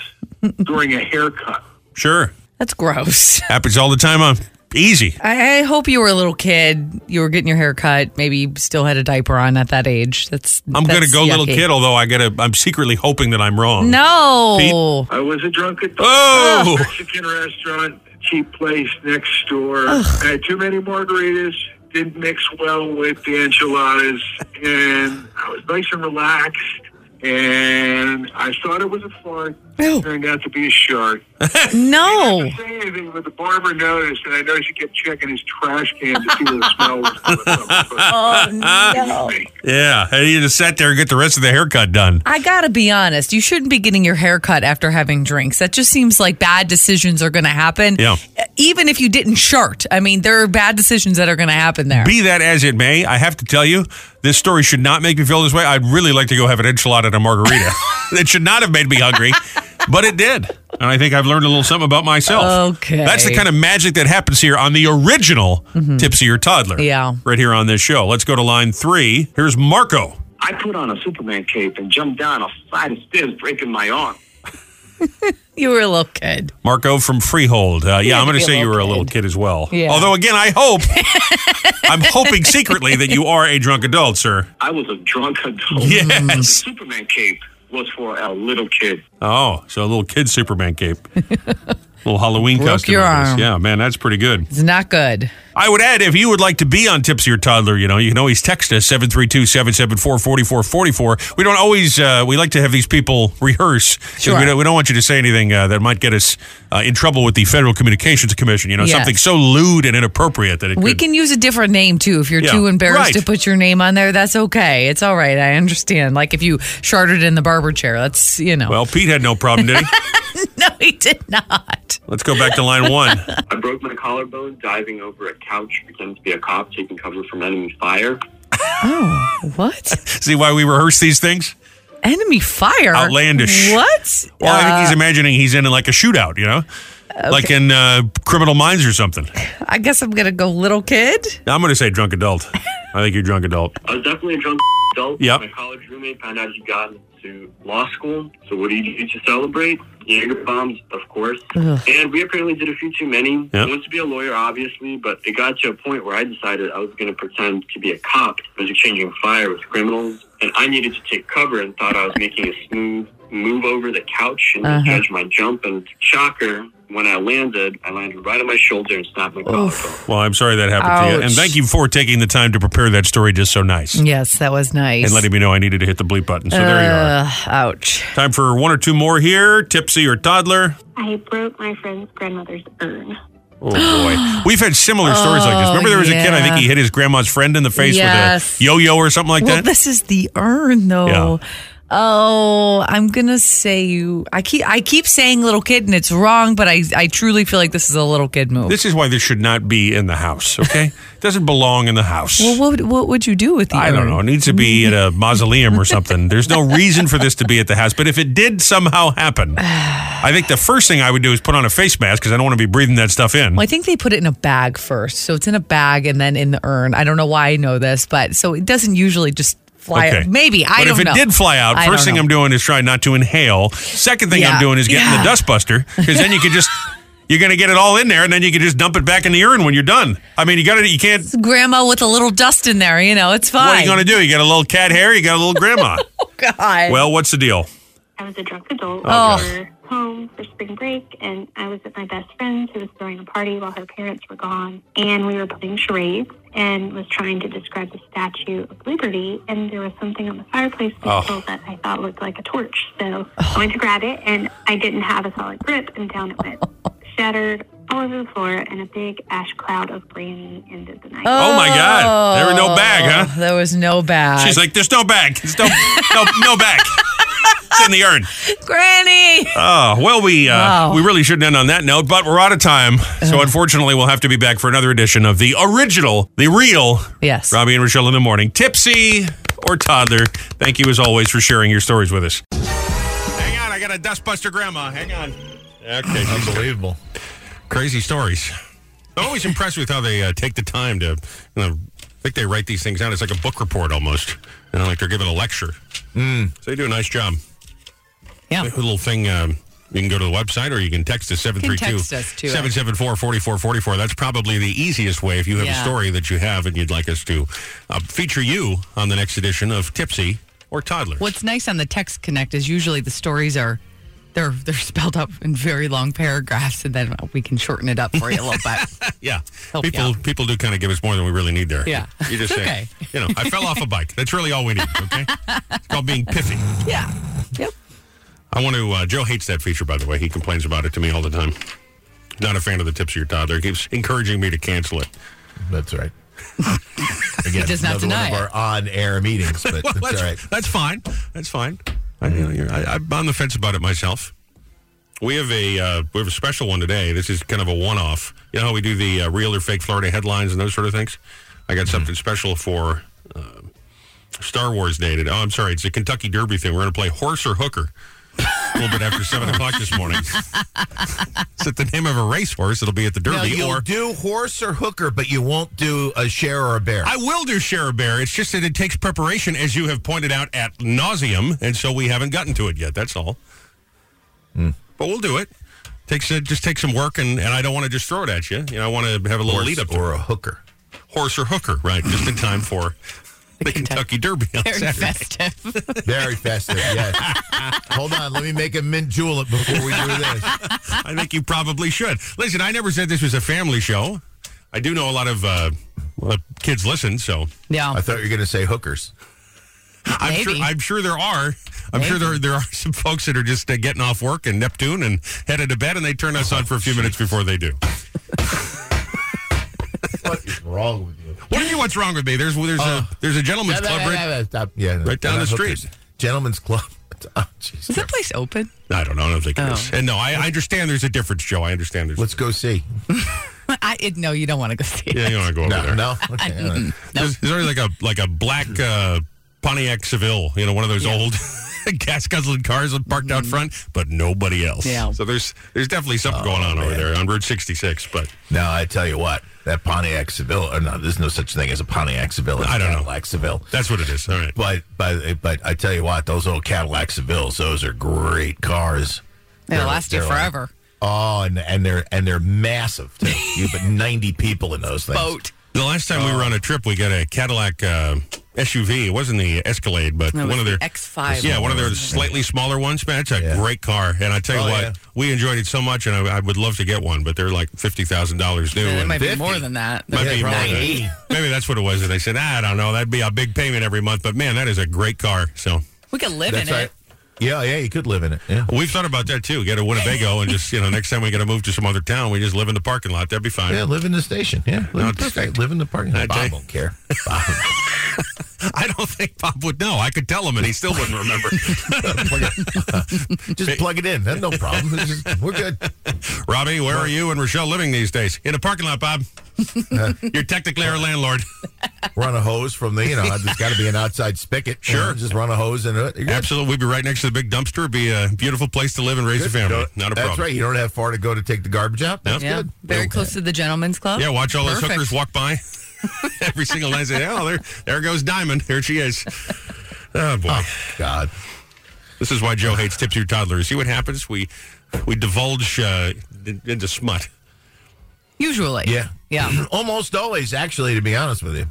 [SPEAKER 4] during a haircut.
[SPEAKER 1] Sure.
[SPEAKER 2] That's gross.
[SPEAKER 1] Happens all the time. Uh, easy.
[SPEAKER 2] I, I hope you were a little kid. You were getting your hair cut. Maybe you still had a diaper on at that age. That's
[SPEAKER 1] I'm going to
[SPEAKER 2] that's
[SPEAKER 1] go little
[SPEAKER 2] yucky.
[SPEAKER 1] kid although I got to I'm secretly hoping that I'm wrong.
[SPEAKER 2] No.
[SPEAKER 4] I was a drunk adult.
[SPEAKER 1] Oh.
[SPEAKER 4] Mexican restaurant, cheap place next door. I had too many margaritas. Didn't mix well with the enchiladas, and I was nice and relaxed. and I thought it was a fart.
[SPEAKER 5] Ew.
[SPEAKER 4] Turned out to be a shark.
[SPEAKER 5] No.
[SPEAKER 4] Didn't say anything, but the barber noticed, and I know she kept checking his trash can to see what the smell was. But
[SPEAKER 5] Oh, no.
[SPEAKER 1] Yeah, and you just sat there and get the rest of the haircut done.
[SPEAKER 2] I gotta be honest. You shouldn't be getting your hair cut after having drinks. That just seems like bad decisions are gonna happen.
[SPEAKER 1] Yeah.
[SPEAKER 2] Even if you didn't shart, I mean, there are bad decisions that are gonna happen there.
[SPEAKER 1] Be that as it may, I have to tell you, this story should not make me feel this way. I'd really like to go have an enchilada and a margarita. it should not have made me hungry, but it did. And I think I've learned a little something about myself.
[SPEAKER 2] Okay. Mm-hmm.
[SPEAKER 1] That's the kind of magic that happens here on the original Tipsy or Toddler.
[SPEAKER 2] Yeah.
[SPEAKER 1] Right here on this show. Let's go to line three. Here's Marco.
[SPEAKER 4] I put on a Superman cape and jumped down a flight of stairs, breaking my arm.
[SPEAKER 2] you were a little kid.
[SPEAKER 1] Marco from Freehold. Uh, yeah,
[SPEAKER 2] had
[SPEAKER 1] I'm going
[SPEAKER 2] to be
[SPEAKER 1] to
[SPEAKER 2] a
[SPEAKER 1] say you
[SPEAKER 2] little
[SPEAKER 1] were a little
[SPEAKER 2] kid.
[SPEAKER 1] kid as well.
[SPEAKER 2] Yeah.
[SPEAKER 1] Although, again, I hope, I'm hoping secretly that you are a drunk adult, sir.
[SPEAKER 4] I was a drunk adult. The
[SPEAKER 1] Yes.
[SPEAKER 4] Superman cape was for a little kid.
[SPEAKER 1] Oh, so a little kid Superman cape. little Halloween
[SPEAKER 2] Broke
[SPEAKER 1] costume.
[SPEAKER 2] your
[SPEAKER 1] I guess.
[SPEAKER 2] arm.
[SPEAKER 1] Yeah, man, that's pretty good.
[SPEAKER 2] It's not good.
[SPEAKER 1] I would add, if you would like to be on Tipsy or Toddler, you know, you can always text us, 732-774-4444. We don't always, uh, we like to have these people rehearse. 'cause
[SPEAKER 2] Sure.
[SPEAKER 1] We don't, we don't want you to say anything uh, that might get us uh, in trouble with the Federal Communications Commission. You know,
[SPEAKER 2] Yes.
[SPEAKER 1] something so lewd and inappropriate that it
[SPEAKER 2] We
[SPEAKER 1] could...
[SPEAKER 2] can use a different name too. If you're
[SPEAKER 1] Yeah,
[SPEAKER 2] too embarrassed
[SPEAKER 1] right.
[SPEAKER 2] to put your name on there, that's okay. It's all right. I understand. Like if you sharted in the barber chair, that's, you know.
[SPEAKER 1] Well, Pete had no problem, did he?
[SPEAKER 2] no, he did not.
[SPEAKER 1] Let's go back to line one.
[SPEAKER 6] I broke my collarbone diving over a couch, pretending to be a cop, taking cover from enemy fire.
[SPEAKER 2] What?
[SPEAKER 1] See why we rehearse these things?
[SPEAKER 2] Enemy fire?
[SPEAKER 1] Outlandish.
[SPEAKER 2] What?
[SPEAKER 1] Well, I think
[SPEAKER 2] Uh,
[SPEAKER 1] he's imagining he's in like a shootout, you know, like in uh, Criminal Minds or something.
[SPEAKER 2] I guess I'm going to go little kid.
[SPEAKER 1] I'm going to say drunk adult. I think you're drunk adult.
[SPEAKER 6] I was definitely a drunk adult.
[SPEAKER 1] Yep.
[SPEAKER 6] My college roommate found out he'd gotten into law school. So what do you do to celebrate? Jaeger bombs, of course. And we apparently did a few too many.
[SPEAKER 1] Yep.
[SPEAKER 6] I wanted to be a lawyer, obviously, but it got to a point where I decided I was going to pretend to be a cop. I was exchanging fire with criminals, and I needed to take cover and thought I was making a smooth move over the couch and
[SPEAKER 2] Uh-huh.
[SPEAKER 6] judge my jump. And shocker, when I landed, I landed right on my shoulder and snapped my collarbone.
[SPEAKER 1] Well, I'm sorry that happened to you, and
[SPEAKER 2] Ouch.
[SPEAKER 1] thank you for taking the time to prepare that story just so nice
[SPEAKER 2] Yes, that was nice.
[SPEAKER 1] and letting me know I needed to hit the bleep button. So there you are.
[SPEAKER 2] uh, ouch.
[SPEAKER 1] Time for one or two more here. Tipsy or toddler.
[SPEAKER 7] I broke my friend's grandmother's urn.
[SPEAKER 1] Oh boy, we've had similar stories like this. Remember, there was a kid. I think
[SPEAKER 2] Oh, yeah.
[SPEAKER 1] he hit his grandma's friend in the face
[SPEAKER 2] Yes.
[SPEAKER 1] with a yo-yo or something like
[SPEAKER 2] Well,
[SPEAKER 1] that.
[SPEAKER 2] this is the urn, though.
[SPEAKER 1] Yeah.
[SPEAKER 2] Oh, I'm gonna say you. I keep I keep saying little kid, and it's wrong. But I I truly feel like this is a little kid move.
[SPEAKER 1] This is why this should not be in the house, okay? it doesn't belong in the house.
[SPEAKER 2] well, what would- what would you do with the
[SPEAKER 1] I don't
[SPEAKER 2] urn?
[SPEAKER 1] know. It needs to be
[SPEAKER 2] Mm-hmm.
[SPEAKER 1] at a mausoleum or something. There's no reason for this to be at the house. But if it did somehow happen, I think the first thing I would do is put on a face mask because I don't want to be breathing that stuff in.
[SPEAKER 2] Well, I think they put it in a bag first, so it's in a bag and then in the urn. I don't know why I know this, but so it doesn't usually just fly.
[SPEAKER 1] Okay.
[SPEAKER 2] Maybe I
[SPEAKER 1] but
[SPEAKER 2] don't
[SPEAKER 1] if it
[SPEAKER 2] know.
[SPEAKER 1] did fly out,
[SPEAKER 2] I
[SPEAKER 1] first
[SPEAKER 2] don't
[SPEAKER 1] thing
[SPEAKER 2] know.
[SPEAKER 1] I'm doing is trying not to inhale. Second thing I'm
[SPEAKER 2] Yeah.
[SPEAKER 1] doing is getting the
[SPEAKER 2] Yeah.
[SPEAKER 1] dustbuster because then you could just you're going to get it all in there and then you can just dump it back in the urn when you're done. I mean, you got to you can't.
[SPEAKER 2] Grandma with a little dust in there, you know, it's fine. Oh,
[SPEAKER 1] What are you going to do? You got a little cat hair. You got a little grandma.
[SPEAKER 2] God.
[SPEAKER 1] well, what's the deal?
[SPEAKER 7] I was a drunk adult.
[SPEAKER 2] Oh.
[SPEAKER 7] We were home for spring break, and I was at my best friend's who was throwing a party while her parents were gone. And we were playing charades and was trying to describe the Statue of Liberty. And there was something on the fireplace mantel that I thought looked like a torch. So I went to grab it, and I didn't have a solid grip, and down it went. Shattered all over the floor, and a big ash cloud of brandy ended the night.
[SPEAKER 1] Oh, my God. There were no bag, huh?
[SPEAKER 2] There Oh, was no bag.
[SPEAKER 1] She's like, there's no bag. There's no, no, no bag. It's in the urn.
[SPEAKER 2] Granny.
[SPEAKER 1] Oh, well, we uh,
[SPEAKER 2] Wow.
[SPEAKER 1] we really should end on that note, but we're out of time. So unfortunately, we'll have to be back for another edition of the original, the real
[SPEAKER 2] Yes.
[SPEAKER 1] Robbie and Rochelle in the morning. Tipsy or toddler, thank you as always for sharing your stories with us. Hang on, I got a dustbuster grandma. Hang on. Okay, she's
[SPEAKER 3] Unbelievable.
[SPEAKER 1] crazy stories. I'm always impressed with how they uh, take the time to, you know, I think they write these things out. It's like a book report almost, you know, like they're giving a lecture. So they do a nice job. A
[SPEAKER 2] Yeah.
[SPEAKER 1] little thing, um, you can go to the website or you can text us
[SPEAKER 2] can
[SPEAKER 1] 732
[SPEAKER 2] text us, too.
[SPEAKER 1] 774 4444. That's probably the easiest way if you have a
[SPEAKER 2] Yeah.
[SPEAKER 1] story that you have and you'd like us to uh, feature you on the next edition of Tipsy or Toddler.
[SPEAKER 2] What's nice on the text connect is usually the stories are They're they're spelled out in very long paragraphs, and then we can shorten it up for you a little bit.
[SPEAKER 1] Yeah,
[SPEAKER 2] Help you
[SPEAKER 1] people
[SPEAKER 2] out.
[SPEAKER 1] people do kind of give us more than we really need there.
[SPEAKER 2] Yeah.
[SPEAKER 1] you just
[SPEAKER 2] It's
[SPEAKER 1] say,
[SPEAKER 2] okay.
[SPEAKER 1] you know, I fell off a bike. That's really all we need. Okay, it's called being pithy.
[SPEAKER 2] yeah. Yep.
[SPEAKER 1] I want to. Uh, Joe hates that feature, by the way. He complains about it to me all the time. Not a fan of the tips of your toddler. He keeps encouraging me to cancel it.
[SPEAKER 3] That's right. Again,
[SPEAKER 2] does not
[SPEAKER 3] another
[SPEAKER 2] deny
[SPEAKER 3] one
[SPEAKER 2] it.
[SPEAKER 3] of our on-air meetings, but
[SPEAKER 1] Well,
[SPEAKER 3] that's
[SPEAKER 1] that's,
[SPEAKER 3] all right.
[SPEAKER 1] that's fine. That's fine. I, you know, you're, I, I'm on the fence about it myself. We have a uh, we have a special one today. This is kind of a one off. You know how we do the uh, real or fake Florida headlines and those sort of things. I got
[SPEAKER 3] Mm-hmm.
[SPEAKER 1] something special for uh, Star Wars Day today. Oh, I'm sorry, it's a Kentucky Derby thing. We're going to play horse or hooker. A little bit after seven o'clock this morning. Is it the name of a racehorse? It'll be at the
[SPEAKER 3] Now,
[SPEAKER 1] Derby,
[SPEAKER 3] you'll
[SPEAKER 1] or
[SPEAKER 3] do horse or hooker, but you won't do a share or a bear.
[SPEAKER 1] I will do share a bear. It's just that it takes preparation, as you have pointed out at nauseum, and so we haven't gotten to it yet. That's all. But we'll do it. Takes uh, just takes some work, and, and I don't want to just throw it at you. You know, I want to have a little
[SPEAKER 3] horse
[SPEAKER 1] lead up to
[SPEAKER 3] or a hooker.
[SPEAKER 1] it. horse or hooker, right? Just in time for the, Kentucky,
[SPEAKER 2] Kentucky-
[SPEAKER 1] Derby on
[SPEAKER 2] Very
[SPEAKER 1] Saturday.
[SPEAKER 2] festive.
[SPEAKER 3] Very festive. Yes. Hold on, let me make a mint julep before we do this.
[SPEAKER 1] I think you probably should. Listen, I never said this was a family show. I do know a lot of uh, uh, kids listen, so
[SPEAKER 2] Yeah.
[SPEAKER 3] I thought you were going to say hookers.
[SPEAKER 1] I'm sure,
[SPEAKER 2] Maybe.
[SPEAKER 1] I'm sure there are. I'm sure there there are some folks that are just uh, getting off work and Neptune and headed to bed, and they turn us on for a few minutes before they do.
[SPEAKER 3] What is wrong with you?
[SPEAKER 1] What do you mean? What's wrong with me? There's there's
[SPEAKER 3] Oh.
[SPEAKER 1] a there's a gentleman's club. Right?
[SPEAKER 3] Stop. Yeah, no,
[SPEAKER 1] right down
[SPEAKER 3] not
[SPEAKER 1] the
[SPEAKER 3] hookers.
[SPEAKER 1] street.
[SPEAKER 3] Gentlemen's club. Oh, jeez.
[SPEAKER 2] Is that place open?
[SPEAKER 1] I don't know. I don't think it is. And no, I, I understand. There's a difference, Joe. I understand. There's.
[SPEAKER 3] Oh. Let's go see.
[SPEAKER 2] I it, no, you don't want to go see it.
[SPEAKER 1] yeah, you want to go over
[SPEAKER 3] No,
[SPEAKER 1] there?
[SPEAKER 3] no. Okay, all right.
[SPEAKER 1] There's, there's already like a like a black uh, Pontiac Seville. You know, one of those old. Gas guzzling cars parked
[SPEAKER 3] Mm-hmm.
[SPEAKER 1] out front, but nobody else.
[SPEAKER 2] Yeah.
[SPEAKER 1] So there's there's definitely
[SPEAKER 3] Oh,
[SPEAKER 1] something going on over there on Route 66. But
[SPEAKER 3] No, I tell you what, that Pontiac Seville. Or no, there's no such thing as a Pontiac Seville. It's
[SPEAKER 1] I don't know.
[SPEAKER 3] Cadillac Seville.
[SPEAKER 1] that's what it is. All right.
[SPEAKER 3] But but but I tell you what, those old Cadillac Sevilles, those are great cars.
[SPEAKER 2] It'll
[SPEAKER 3] They're-
[SPEAKER 2] last you
[SPEAKER 3] they're like-
[SPEAKER 2] forever.
[SPEAKER 3] oh, and and they're and they're massive too. You put ninety people in those things.
[SPEAKER 2] Boat.
[SPEAKER 1] The last time we were on a trip, we got a Cadillac uh, SUV. It wasn't the Escalade, but
[SPEAKER 2] No, it
[SPEAKER 1] one
[SPEAKER 2] was
[SPEAKER 1] of their
[SPEAKER 2] the X5.
[SPEAKER 1] Yeah, one of their slightly smaller ones. Man, it's a great car, and I tell you
[SPEAKER 3] Oh,
[SPEAKER 1] what,
[SPEAKER 3] yeah.
[SPEAKER 1] we enjoyed it so much, and I, I would love to get one, but they're like fifty thousand dollars new.
[SPEAKER 2] It
[SPEAKER 1] and
[SPEAKER 2] might be
[SPEAKER 3] 50.
[SPEAKER 2] more than that.
[SPEAKER 1] might
[SPEAKER 3] Yeah,
[SPEAKER 1] be more than
[SPEAKER 3] probably.
[SPEAKER 1] that.
[SPEAKER 3] Eighty.
[SPEAKER 1] Maybe that's what it was. And they said, "Ah, I don't know. That'd be a big payment every month, but man, that is a great car. So
[SPEAKER 2] We could live
[SPEAKER 3] That's
[SPEAKER 2] in
[SPEAKER 3] right.
[SPEAKER 2] it.
[SPEAKER 3] Yeah, yeah, you could live in it. Yeah.
[SPEAKER 1] we've thought about that too. Get a Winnebago, and just you know, next time we got to move to some other town, we just live in the parking lot. That'd be fine.
[SPEAKER 3] Yeah, live in the station. Yeah, live,
[SPEAKER 1] No,
[SPEAKER 3] in,
[SPEAKER 1] perfect.
[SPEAKER 3] perfect. live in the parking
[SPEAKER 1] I
[SPEAKER 3] lot.
[SPEAKER 1] tell you-
[SPEAKER 3] Bob won't care. Bob,
[SPEAKER 1] I don't think Bob would know. I could tell him, and he still wouldn't remember.
[SPEAKER 3] plug it- just plug it in. That's no problem. It's just- we're good.
[SPEAKER 1] Robbie, where are you and Rochelle living these days? In a parking lot, Bob. You're technically our landlord.
[SPEAKER 3] Run a hose from the, you know, there's got to be an outside spigot. you
[SPEAKER 1] Sure.
[SPEAKER 3] know, just run a hose into it. You're good.
[SPEAKER 1] Absolutely. We'd be right next to the big dumpster. It'd be a beautiful place to live and raise a family.
[SPEAKER 3] You know,
[SPEAKER 1] Not a problem.
[SPEAKER 3] That's right. You don't have far to go to take the garbage out. That's
[SPEAKER 2] Yeah.
[SPEAKER 3] good.
[SPEAKER 2] Very
[SPEAKER 3] Yeah.
[SPEAKER 2] close to the gentleman's club.
[SPEAKER 1] Yeah, watch all those
[SPEAKER 2] Perfect.
[SPEAKER 1] hookers walk by every single night. Say, oh, there, there goes Diamond. Here she is. Oh, boy.
[SPEAKER 3] God.
[SPEAKER 1] This is why Joe hates tips your toddlers. See what happens? We we divulge uh, in- into smut.
[SPEAKER 2] Usually.
[SPEAKER 3] Yeah.
[SPEAKER 2] Yeah.
[SPEAKER 3] Almost always, actually, to be honest with you.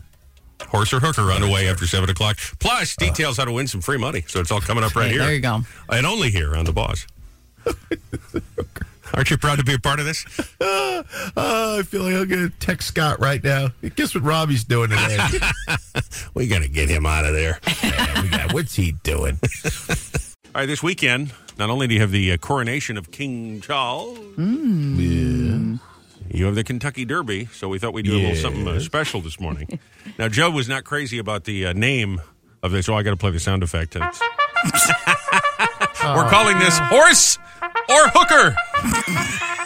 [SPEAKER 1] Horse or hooker run away after 7 o'clock. Plus, details how to win some free money. So it's all coming up right
[SPEAKER 2] Hey,
[SPEAKER 1] here.
[SPEAKER 2] Uh. there you go.
[SPEAKER 1] And only here on The Boss. Aren't you proud to be a part of this?
[SPEAKER 3] Oh, I feel like I'm going to text Scott right now. Guess what Robbie's doing today?
[SPEAKER 1] We got to get him out of there.
[SPEAKER 3] Man, we got- what's he doing?
[SPEAKER 1] All right, this weekend, not only do you have the uh, coronation of King Charles, you have the Kentucky Derby. So we thought we'd do a little something uh, special this morning. now, Joe was not crazy about the uh, name of this. Oh, I got to play the sound effect. It's- We're calling this horse or hooker.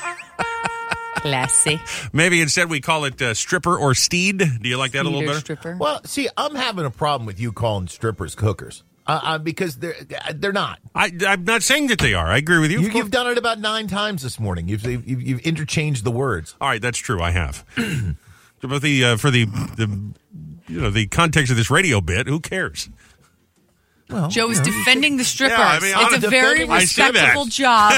[SPEAKER 2] Classy.
[SPEAKER 1] Maybe instead we call it uh, stripper or steed. Do you like that a little
[SPEAKER 2] Peter
[SPEAKER 1] better?
[SPEAKER 2] stripper.
[SPEAKER 3] Well, see, I'm having a problem with you calling strippers hookers uh, uh, because they're they're not.
[SPEAKER 1] I, I'm not saying that they are. I agree with you.
[SPEAKER 3] You,
[SPEAKER 1] of course.
[SPEAKER 3] you've done it about nine times this morning. You've you've, you've interchanged the words.
[SPEAKER 1] All right, that's true. I have. but the uh, for the the you know the context of this radio bit, who cares?
[SPEAKER 3] Well,
[SPEAKER 2] Joe is
[SPEAKER 3] you know.
[SPEAKER 2] defending the strippers.
[SPEAKER 1] Yeah, I mean, I'm
[SPEAKER 2] it's a very
[SPEAKER 1] defending- I see that.
[SPEAKER 2] respectable job.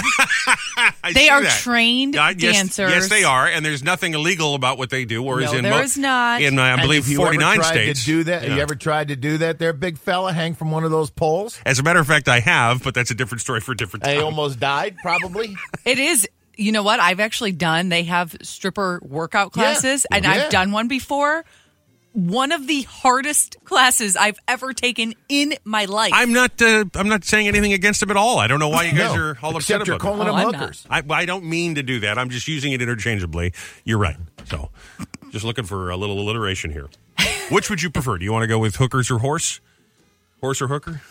[SPEAKER 1] I
[SPEAKER 2] They
[SPEAKER 1] see
[SPEAKER 2] are
[SPEAKER 1] that.
[SPEAKER 2] trained
[SPEAKER 1] Yeah, yes,
[SPEAKER 2] dancers.
[SPEAKER 1] Yes, they are, and there's nothing illegal about what they do. Or is
[SPEAKER 2] No,
[SPEAKER 1] in
[SPEAKER 2] there
[SPEAKER 1] mo-
[SPEAKER 2] is not.
[SPEAKER 1] In uh, I believe
[SPEAKER 3] Have you ever
[SPEAKER 1] 49
[SPEAKER 3] tried
[SPEAKER 1] states.
[SPEAKER 3] To do that?
[SPEAKER 1] Yeah.
[SPEAKER 3] You ever tried to do that? There, big fella, hang from one of those poles.
[SPEAKER 1] As a matter of fact, I have, but that's a different story for a different
[SPEAKER 3] I
[SPEAKER 1] time.
[SPEAKER 3] almost died, probably.
[SPEAKER 2] It is. You know what? I've actually done. They have stripper workout
[SPEAKER 3] Yeah.
[SPEAKER 2] classes, and
[SPEAKER 3] Yeah.
[SPEAKER 2] I've done one before. One of the hardest classes I've ever taken in my life.
[SPEAKER 1] I'm not. Uh, I'm not saying anything against them at all. I don't know why you guys
[SPEAKER 3] No,
[SPEAKER 1] are all upset
[SPEAKER 3] except
[SPEAKER 1] about
[SPEAKER 3] you're
[SPEAKER 1] it.
[SPEAKER 3] calling
[SPEAKER 2] Oh,
[SPEAKER 3] them
[SPEAKER 2] I'm not.
[SPEAKER 3] hookers.
[SPEAKER 1] I, I don't mean to do that. I'm just using it interchangeably. You're right. So, just looking for a little alliteration here. Which would you prefer? Do you want to go with hookers or horse? Horse or hooker?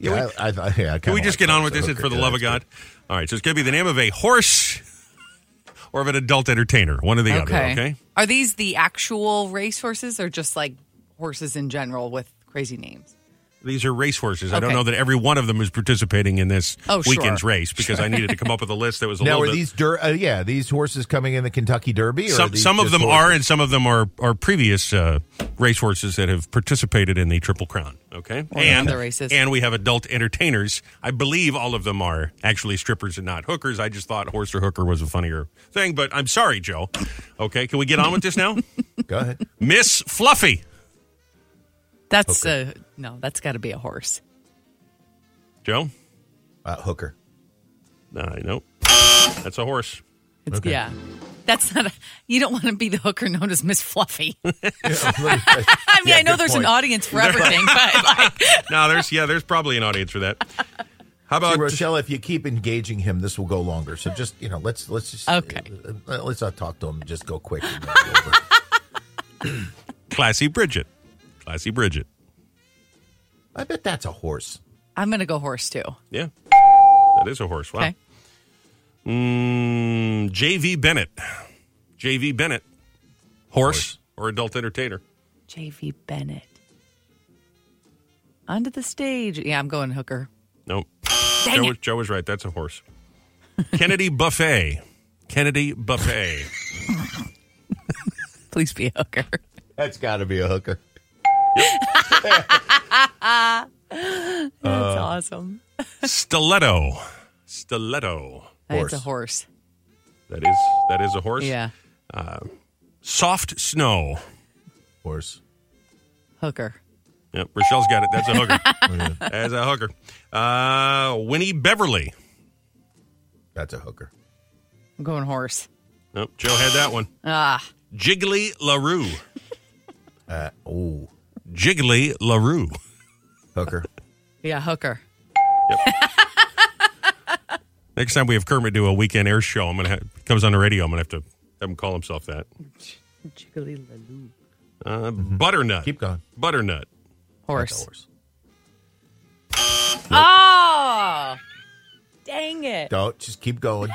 [SPEAKER 3] Yeah, I, I, I, yeah, I
[SPEAKER 1] Can we just get on with this for the love of God? All right. So it's going to be the name of a horse or of an adult entertainer. One or the other. Okay.
[SPEAKER 2] Are these the actual racehorses or just like horses in general with crazy names?
[SPEAKER 1] These are race horses. I don't
[SPEAKER 2] Okay.
[SPEAKER 1] know that every one of them is participating in this
[SPEAKER 2] Oh, sure.
[SPEAKER 1] weekend's race because I needed to come up with a list that was a
[SPEAKER 3] Now,
[SPEAKER 1] little
[SPEAKER 3] are
[SPEAKER 1] bit.
[SPEAKER 3] these der- uh, yeah these horses coming in the Kentucky Derby? Or are
[SPEAKER 1] some
[SPEAKER 3] these
[SPEAKER 1] some of
[SPEAKER 3] just
[SPEAKER 1] them
[SPEAKER 3] horses?
[SPEAKER 1] are, and some of them are are previous uh, racehorses that have participated in the Triple Crown. Okay,
[SPEAKER 2] Or
[SPEAKER 1] and
[SPEAKER 2] other races.
[SPEAKER 1] and we have adult entertainers. I believe all of them are actually strippers and not hookers. I just thought horse or hooker was a funnier thing, but I'm sorry, Joe. Okay, can we get on with this now,
[SPEAKER 3] Go ahead.
[SPEAKER 1] Miss Fluffy?
[SPEAKER 2] That's uh no, that's got to be a horse.
[SPEAKER 1] Joe,
[SPEAKER 3] Uh, hooker.
[SPEAKER 1] uh, nope, that's a horse.
[SPEAKER 2] It's, Yeah. That's not a, you don't want to be the hooker known as Miss Fluffy. I
[SPEAKER 3] uh,
[SPEAKER 2] mean, I know there's an audience for everything, but like,
[SPEAKER 1] No, there's yeah, there's probably an audience for that. How
[SPEAKER 3] See,
[SPEAKER 1] about
[SPEAKER 3] Rochelle, if you keep engaging him, this will go longer. So just you know, let's let's just
[SPEAKER 2] Okay.
[SPEAKER 3] Uh, let's not talk to him. Just go quick.
[SPEAKER 1] classy Bridget? Classy Bridget.
[SPEAKER 3] I bet that's a horse.
[SPEAKER 2] I'm going to go horse too.
[SPEAKER 1] Yeah. That is a horse. Wow.
[SPEAKER 2] Okay.
[SPEAKER 1] Mm, JV Bennett. JV Bennett. Horse, or adult entertainer.
[SPEAKER 2] JV Bennett. Onto the stage. Yeah, I'm going hooker.
[SPEAKER 1] Nope. Joe, was- Joe was right. That's a horse. Kennedy Buffet. Kennedy Buffet.
[SPEAKER 2] Please be a hooker.
[SPEAKER 3] That's got to be a hooker.
[SPEAKER 2] That's awesome.
[SPEAKER 1] Stiletto. Stiletto.
[SPEAKER 2] It's a horse.
[SPEAKER 1] That is that is a horse.
[SPEAKER 2] Yeah.
[SPEAKER 1] Soft snow.
[SPEAKER 3] Horse.
[SPEAKER 2] Hooker.
[SPEAKER 1] Yep, Rochelle's got it. That's a
[SPEAKER 2] Oh,
[SPEAKER 1] hooker. That's a hooker. Uh, Winnie Beverly.
[SPEAKER 3] That's a hooker.
[SPEAKER 2] I'm going horse.
[SPEAKER 1] Nope, Joe had that one.
[SPEAKER 2] Ah,
[SPEAKER 1] Jiggly LaRue.
[SPEAKER 3] Uh, oh,
[SPEAKER 1] Jiggly LaRue.
[SPEAKER 3] hooker.
[SPEAKER 2] yeah, hooker.
[SPEAKER 1] Next time we have Kermit do a weekend air show, I'm gonna have, comes on the radio. I'm gonna have to have him call himself that. Uh, Butternut.
[SPEAKER 3] Keep going.
[SPEAKER 1] Butternut.
[SPEAKER 2] Horse.
[SPEAKER 3] Horse.
[SPEAKER 2] Oh, dang it.
[SPEAKER 3] Don't just keep going.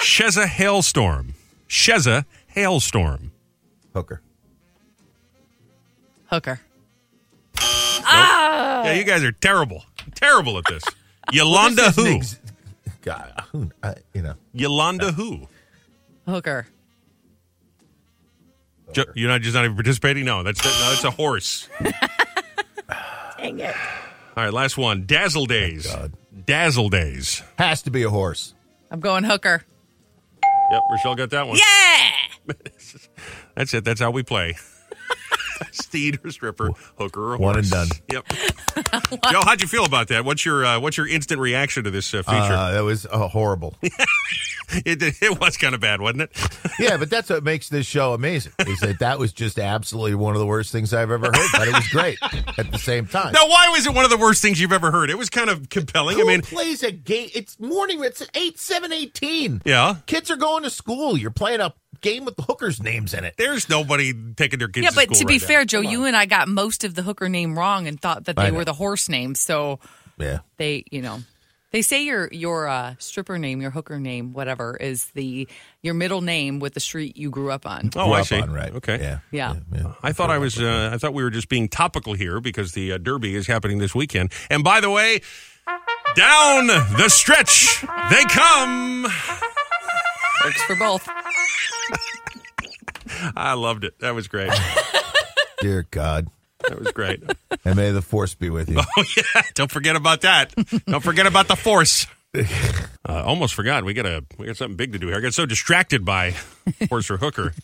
[SPEAKER 1] Sheza Hailstorm. Sheza Hailstorm.
[SPEAKER 3] hooker.
[SPEAKER 2] Hooker.
[SPEAKER 5] Oh.
[SPEAKER 1] Yeah, you guys are terrible. Terrible at this. Yolanda
[SPEAKER 3] An
[SPEAKER 1] who?
[SPEAKER 3] ex- God, who- I, you know.
[SPEAKER 1] Yolanda who?
[SPEAKER 2] Hooker.
[SPEAKER 1] Jo- you're not just not even participating. No, that's no, that's a horse.
[SPEAKER 5] Dang it.
[SPEAKER 1] All right, last one. Dazzle days.
[SPEAKER 3] God.
[SPEAKER 1] Dazzle days.
[SPEAKER 3] Has to be a horse.
[SPEAKER 2] I'm going hooker.
[SPEAKER 1] Yep, Rochelle got that one.
[SPEAKER 2] Yeah.
[SPEAKER 1] That's it. That's how we play. Steed or stripper, hooker or
[SPEAKER 3] One and
[SPEAKER 1] horse.
[SPEAKER 3] done.
[SPEAKER 1] Yep. Joe, how'd you feel about that? What's your uh, what's your instant reaction to this uh, feature?
[SPEAKER 3] Uh, that was uh, horrible.
[SPEAKER 1] it, it was kind of bad, wasn't it?
[SPEAKER 3] yeah, but that's what makes this show amazing. Is that that was just absolutely one of the worst things I've ever heard, but it was great at the same time.
[SPEAKER 1] Now, why was it one of the worst things you've ever heard? It was kind of compelling.
[SPEAKER 3] Who
[SPEAKER 1] I mean,
[SPEAKER 3] plays a game? It's morning. It's eight, seven, eighteen.
[SPEAKER 1] yeah,
[SPEAKER 3] Kids are going to school. You're playing a game with hookers' names in it.
[SPEAKER 1] there's nobody taking their kids.
[SPEAKER 2] Yeah, but
[SPEAKER 1] school
[SPEAKER 2] to be
[SPEAKER 1] right now.
[SPEAKER 2] fair, Joe, you and I got most of the hooker name wrong and thought that
[SPEAKER 3] I
[SPEAKER 2] they
[SPEAKER 3] know.
[SPEAKER 2] were the horse name. So
[SPEAKER 3] Yeah.
[SPEAKER 2] they, you know, they say your your uh, stripper name, your hooker name, whatever, is the your middle name with the street you grew up on.
[SPEAKER 1] Oh,
[SPEAKER 3] Grew
[SPEAKER 1] I
[SPEAKER 3] up
[SPEAKER 1] see.
[SPEAKER 3] on, right.
[SPEAKER 1] Okay.
[SPEAKER 3] Yeah.
[SPEAKER 2] Yeah.
[SPEAKER 3] yeah.
[SPEAKER 1] I thought I was. Uh, I thought we were just being topical here because the uh, Derby is happening this weekend. And by the way, down the stretch they come.
[SPEAKER 2] Works for both.
[SPEAKER 1] I loved it. That was great.
[SPEAKER 3] Dear God.
[SPEAKER 1] That was great.
[SPEAKER 3] And may the force be with you.
[SPEAKER 1] Oh yeah, don't forget about that. Don't forget about the force. Uh, almost forgot. We got a we got something big to do here. I got so distracted by horse or hooker.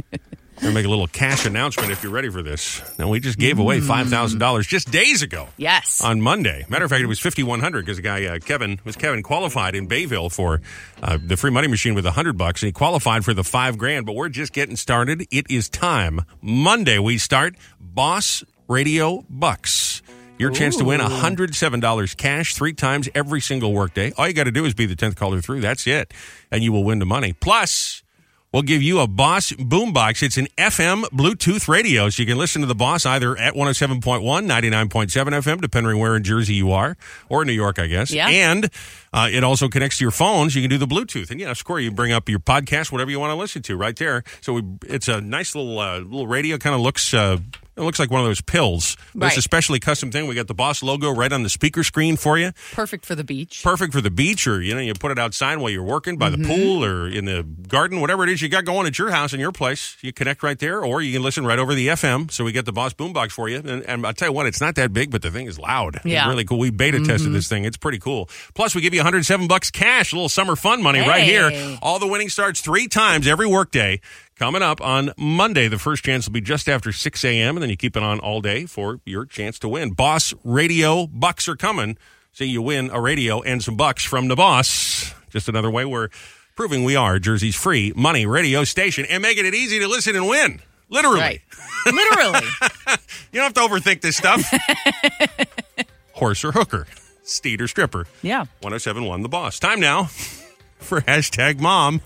[SPEAKER 1] We're gonna make a little cash announcement if you're ready for this. Now we just gave away five thousand dollars just days ago
[SPEAKER 2] Yes.
[SPEAKER 1] on Monday. Matter of fact, it was fifty one hundred because the guy uh, Kevin was Kevin qualified in Bayville for uh, the free money machine with a hundred bucks, and he qualified for the five grand. But we're just getting started. It is time. Monday we start Boss Radio Bucks. Your chance to win $107 cash three times every single workday. All you got to do is be the 10th caller through. That's it. And you will win the money. Plus, We'll give you a Boss boombox. It's an FM Bluetooth radio, so you can listen to the Boss either at 107.1, 99.7 FM, depending on where in Jersey you are, or New York, I guess.
[SPEAKER 2] Yeah.
[SPEAKER 1] And uh, it also connects to your phones. You can do the Bluetooth. And, yeah, of course, you bring up your podcast, whatever you want to listen to right there. So we, it's a nice little uh, little radio, kind of looks... Uh, it looks like one of those pills. But It's a
[SPEAKER 2] Right.
[SPEAKER 1] specially custom thing. We got the Boss logo right on the speaker screen for you
[SPEAKER 2] Perfect for the beach. Mm-hmm.
[SPEAKER 1] perfect for the beach or you know you put it outside while you're working by the pool or in the garden whatever it is you got going at your house in your place you connect right there or you can listen right over the fm so we get the boss boombox for you and, and i'll tell you what it's not that big but the thing is loud it's
[SPEAKER 2] Yeah. Mm-hmm.
[SPEAKER 1] really cool we beta tested this thing it's pretty cool plus we give you 107 bucks cash a little summer fun money right here
[SPEAKER 2] Hey.
[SPEAKER 1] all the winning starts three times every workday Coming up on Monday, the first chance will be just after 6 a.m., and then you keep it on all day for your chance to win. Boss Radio Bucks are coming. So you win a radio and some bucks from the boss. Just another way we're proving we are Jersey's free money radio station and making it easy to listen and win. Literally.
[SPEAKER 2] Right. Literally.
[SPEAKER 1] You don't have to overthink this stuff. Horse or hooker, steed or stripper.
[SPEAKER 2] Yeah.
[SPEAKER 1] 1071 The Boss. Time now for hashtag mom.